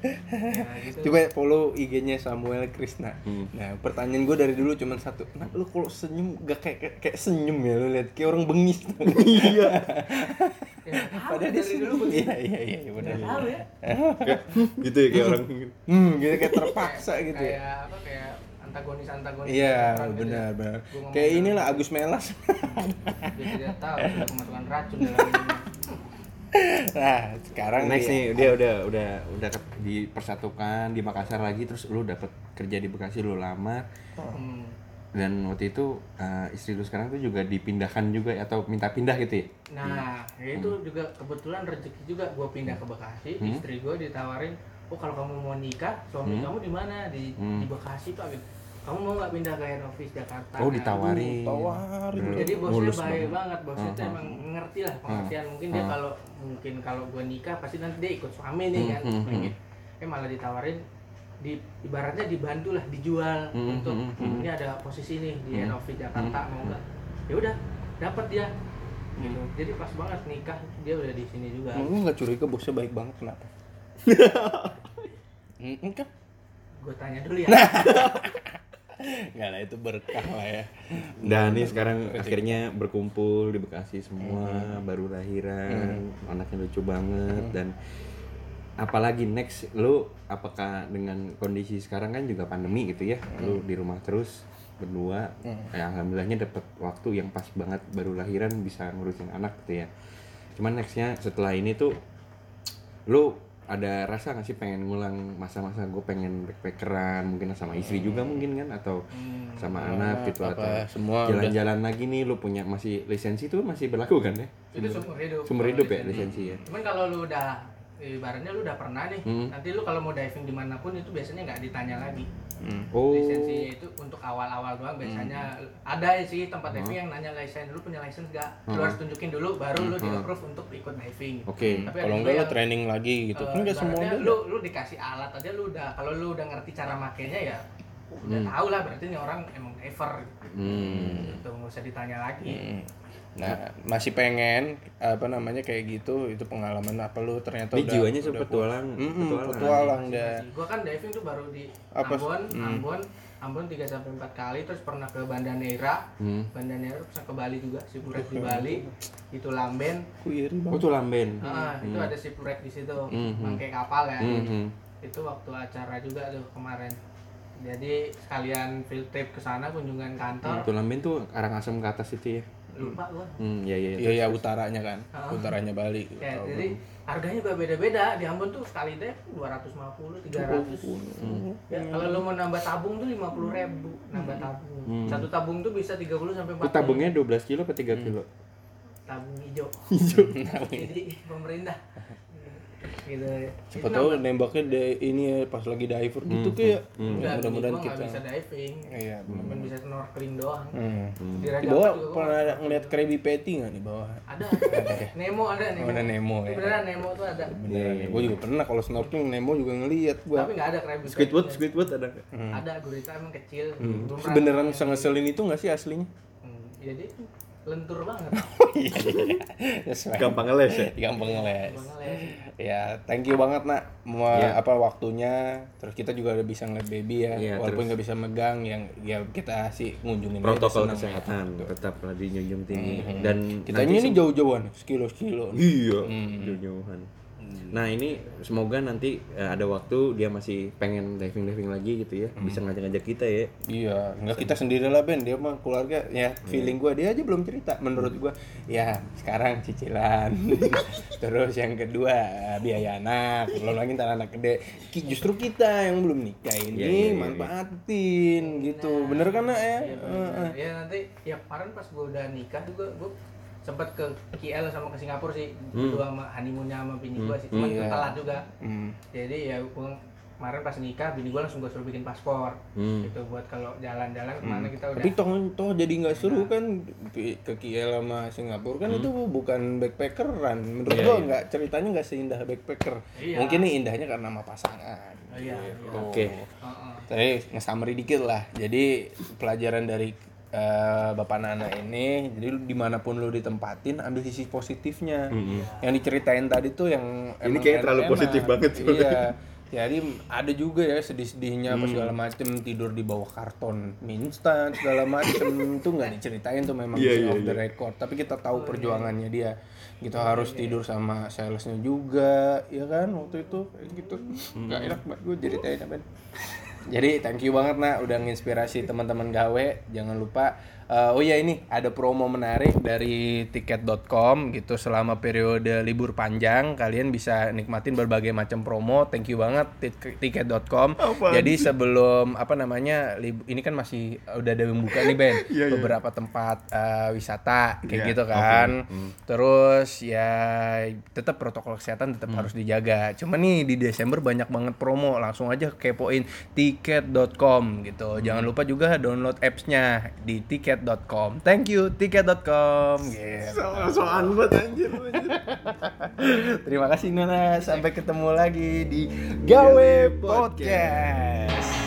Ya, gitu.
Coba follow IG-nya Samuel Krisna.
Hmm.
Nah, pertanyaan gue dari dulu cuma satu. Nah, lu kalau senyum gak kayak kayak, kayak senyum ya lu lihat kayak orang bengis.
iya
Ya, nggak tahu
Padahal dia
dari dulu
senyum.
gua
Iya, iya, iya, iya, benar.
nggak tahu ya.
Kayak, gitu ya kayak orang
Hmm, gitu kayak terpaksa
Kayak-
gitu ya.
Kayak apa kayak gitu antagonis antagonis.
Iya,
ya.
benar, benar. Kayak inilah Agus Melas.
Dia tidak tahu sudah kemasukan racun dalam ini.
nah, sekarang dia-
next nih dia udah udah udah ke- dipersatukan di Makassar lagi terus lu dapet kerja di Bekasi lu lama
Hmm.
dan waktu itu eh, istri lu sekarang tuh juga dipindahkan juga atau minta pindah gitu ya
Nah, ya itu juga kebetulan rezeki juga gue pindah ke Bekasi,
Hmm.
istri gue ditawarin, "Oh, kalau kamu mau nikah, suami
Hmm.
kamu di mana?" Di
Hmm.
di Bekasi, Pak. gitu. Kamu mau nggak pindah ke head office Jakarta?
Oh
Nah,
Hmm,
ditawarin.
tawarin.
Ber-
Jadi bosnya
Hmm. mulus
baik banget, bosnya tuh
Hmm,
emang ngerti lah pengertian. Mungkin dia
Hmm.
kalau mungkin kalau gue nikah pasti nanti dia ikut suami nih
Hmm,
kan.
hmm,
Kayak gitu. Eh malah ditawarin di ibaratnya dibantu lah dijual
Hmm,
untuk
hmm, hmm.
ini ada posisi nih di
Hmm. Hmm.
Enovi Jakarta mau nggak? Ya udah, dapat dia. Gitu. Jadi pas banget nikah dia udah di sini juga.
Lu enggak curiga bosnya baik banget kenapa? Hmm, kan?
Gue tanya dulu ya.
Nah.
Enggak lah itu berkah lah ya.
Dan ini sekarang akhirnya berkumpul di Bekasi semua, baru lahiran, anaknya lucu banget dan apalagi next lu apakah dengan kondisi sekarang kan juga pandemi gitu ya, lu di rumah terus berdua, eh, alhamdulillahnya dapat waktu yang pas banget baru lahiran bisa ngurusin anak gitu ya. Cuman nextnya setelah ini tuh lu ada rasa nggak sih pengen ngulang masa-masa gue pengen backpackeran mungkin sama istri juga mungkin kan atau
Hmm.
sama anak gitu
Iya, Apa,
atau
Oh,
semua udah-
jalan-jalan lagi nih lu punya masih lisensi tuh masih berlaku kan ya
Itu seumur hidup.
sumber
Kalau
hidup ya
di sini.
lisensi ya
Cuman kalau lu udah ibaratnya lu udah pernah nih,
Hmm.
nanti lu kalau mau diving dimanapun itu biasanya nggak ditanya lagi.
Hmm.
oh
lisensinya itu untuk awal-awal doang biasanya
Hmm.
ada sih tempat diving yang nanya license dulu punya license gak lu
Hmm.
harus tunjukin dulu baru lu di
Hmm.
approve untuk ikut diving
oke
Tapi ada
Kalau
juga
enggak lo
yang,
training lagi Oh, gitu.
eh,
Kan enggak semua
ibaratnya
udah-
lu lu dikasih alat aja lu udah kalau lu udah ngerti cara makainya ya udah
Hmm.
tahu lah berarti ini orang emang ever
hmm.
gitu nggak usah ditanya lagi
Mm. Nah, masih pengen apa namanya kayak gitu itu pengalaman apa lu ternyata
ini
udah
jiwanya
udah
sempat
puas.
petualang
Mm-mm,
petualang.
petualang
Masih-
dah.
masih. gua kan diving tuh baru di
Iya. Apa? Hmm.
Ambon Ambon Ambon 3 sampai 4 kali terus pernah ke Banda Neira
hmm.
Banda Neira terus ke Bali juga Siburet di Bali itu Lamben
Ku iri
oh
banget.
tuh lamben
Ah, itu ada si Purek di situ,
Hmm, hmm.
pakai kapal ya.
Hmm, hmm.
Itu waktu acara juga tuh kemarin. Jadi sekalian field trip ke sana kunjungan kantor.
tuh lamben tuh arang asam ke atas itu ya
lupa gua
Hmm, ya ya.
Iya ya utaranya kan,
Ah.
utaranya Bali.
ya
Tahu
jadi harganya juga beda-beda di Ambon tuh sekali deh 250 300 ya, kalau lu mau nambah tabung tuh 50 ribu nambah tabung satu tabung tuh bisa 30 sampai
Itu
40
tabungnya 12 kilo apa
Hmm.
3 kilo?
tabung hijau
gue. Tahu ya.
jadi pemerintah gitu
Siapa tahu nembaknya de- ini ya pas lagi diver gitu
Hmm,
kayak. Ya,
mudah-mudahan
mudah-mudahan
kita
kita.
gitu, bisa diving
Iya.
cuman bisa snorkeling doang
Hmm.
di
Di
Raja
bawah
Ampat juga gua-
pernah ngeliat Krabby Patty nggak di bawah?
ada Nemo ada Nemo
Ada Nemo, ya.
beneran Nemo tuh ada
Beneran. Gue juga pernah kalau snorkeling Nemo juga ngeliat gue.
tapi nggak ada Krabby
Squidward,
Patty-nya.
Squidward ada nggak?
ada gurita emang kecil Belum
Hmm. Terus
pernah
beneran
nemu.
bisa ngeselin itu nggak sih aslinya?
Hmm, jadi lentur banget
Sesuai.
Gampang ngeles ya.
Gampang ngeles.
Gampang ngeles.
Ya, thank you banget nak mau apa waktunya. Terus kita juga udah bisa ngeliat baby ya,
Iya,
walaupun
terus.
nggak bisa megang yang ya kita sih ngunjungin aja,
Protokol
seneng.
kesehatan tetaplah dijunjung
Hmm,
tinggi dan
Kita
nanti
ini jauh-jauhan, sekilo-sekilo.
Iya, jauh-jauhan. Nah ini semoga nanti eh, ada waktu dia masih pengen diving diving lagi gitu ya, bisa ngajak-ngajak kita ya.
Iya, nggak kita sendiri lah Ben, dia mah keluarga ya feeling gua dia aja belum cerita. Menurut gua ya sekarang cicilan. Terus yang kedua biaya anak, belum lagi ntar anak gede. Ki- Justru kita yang belum nikah ini
Iya, iya, iya, iya.
manfaatin gitu. Bener kan nak ya?
Iya, bener. ya nanti ya kemarin pas gue udah nikah juga gue sempet ke KL sama ke Singapura sih berdua sama honeymoonnya sama bini gue sih cuman
Hmm. Iya.
telat juga
Hmm.
jadi ya gue kemarin pas nikah bini gue langsung gue suruh bikin paspor
Hmm.
gitu buat kalau jalan-jalan kemana kita Ya udah
Hmm. Tapi toh toh jadi nggak seru kan ke KL sama Singapura
Hmm.
kan itu bukan backpackeran. Menurut gua nggak ceritanya nggak seindah backpacker.
Iya.
Mungkin nih indahnya karena sama pasangan.
Oh, iya, iya.
Oke.
Heeh.
Tapi nge-summary dikit lah. Jadi pelajaran dari eh, Bapak Nana ini, jadi lu dimanapun lu ditempatin, ambil sisi positifnya. Yang diceritain tadi tuh yang
Ini kayaknya terlalu positif banget sih.
Iya. Jadi ada juga ya sedih-sedihnya
Mm.
apa segala macem tidur di bawah karton mie instan segala macem itu nggak diceritain tuh memang
Iya,
sih
iya,
off the record tapi kita tahu perjuangannya dia gitu harus tidur sama salesnya juga ya kan waktu itu kayak gitu nggak enak banget gue jadi tanya Ben. jadi thank you banget nak udah nginspirasi teman-teman gawe jangan lupa eh, oh ya ini ada promo menarik dari tiket.com gitu selama periode libur panjang kalian bisa nikmatin berbagai macam promo thank you banget tik- tiket.com jadi sebelum apa namanya lib- ini kan masih udah ada yang buka nih Ben beberapa tempat eh, wisata kayak gitu kan terus ya tetap protokol kesehatan tetap harus dijaga cuman nih di Desember banyak banget promo langsung aja kepoin tiket.com gitu jangan lupa juga download apps-nya di tiket.com thank you tiket.com Gitu.
Soal-soal buat anjir.
terima kasih Nona sampai ketemu lagi di Gawe Podcast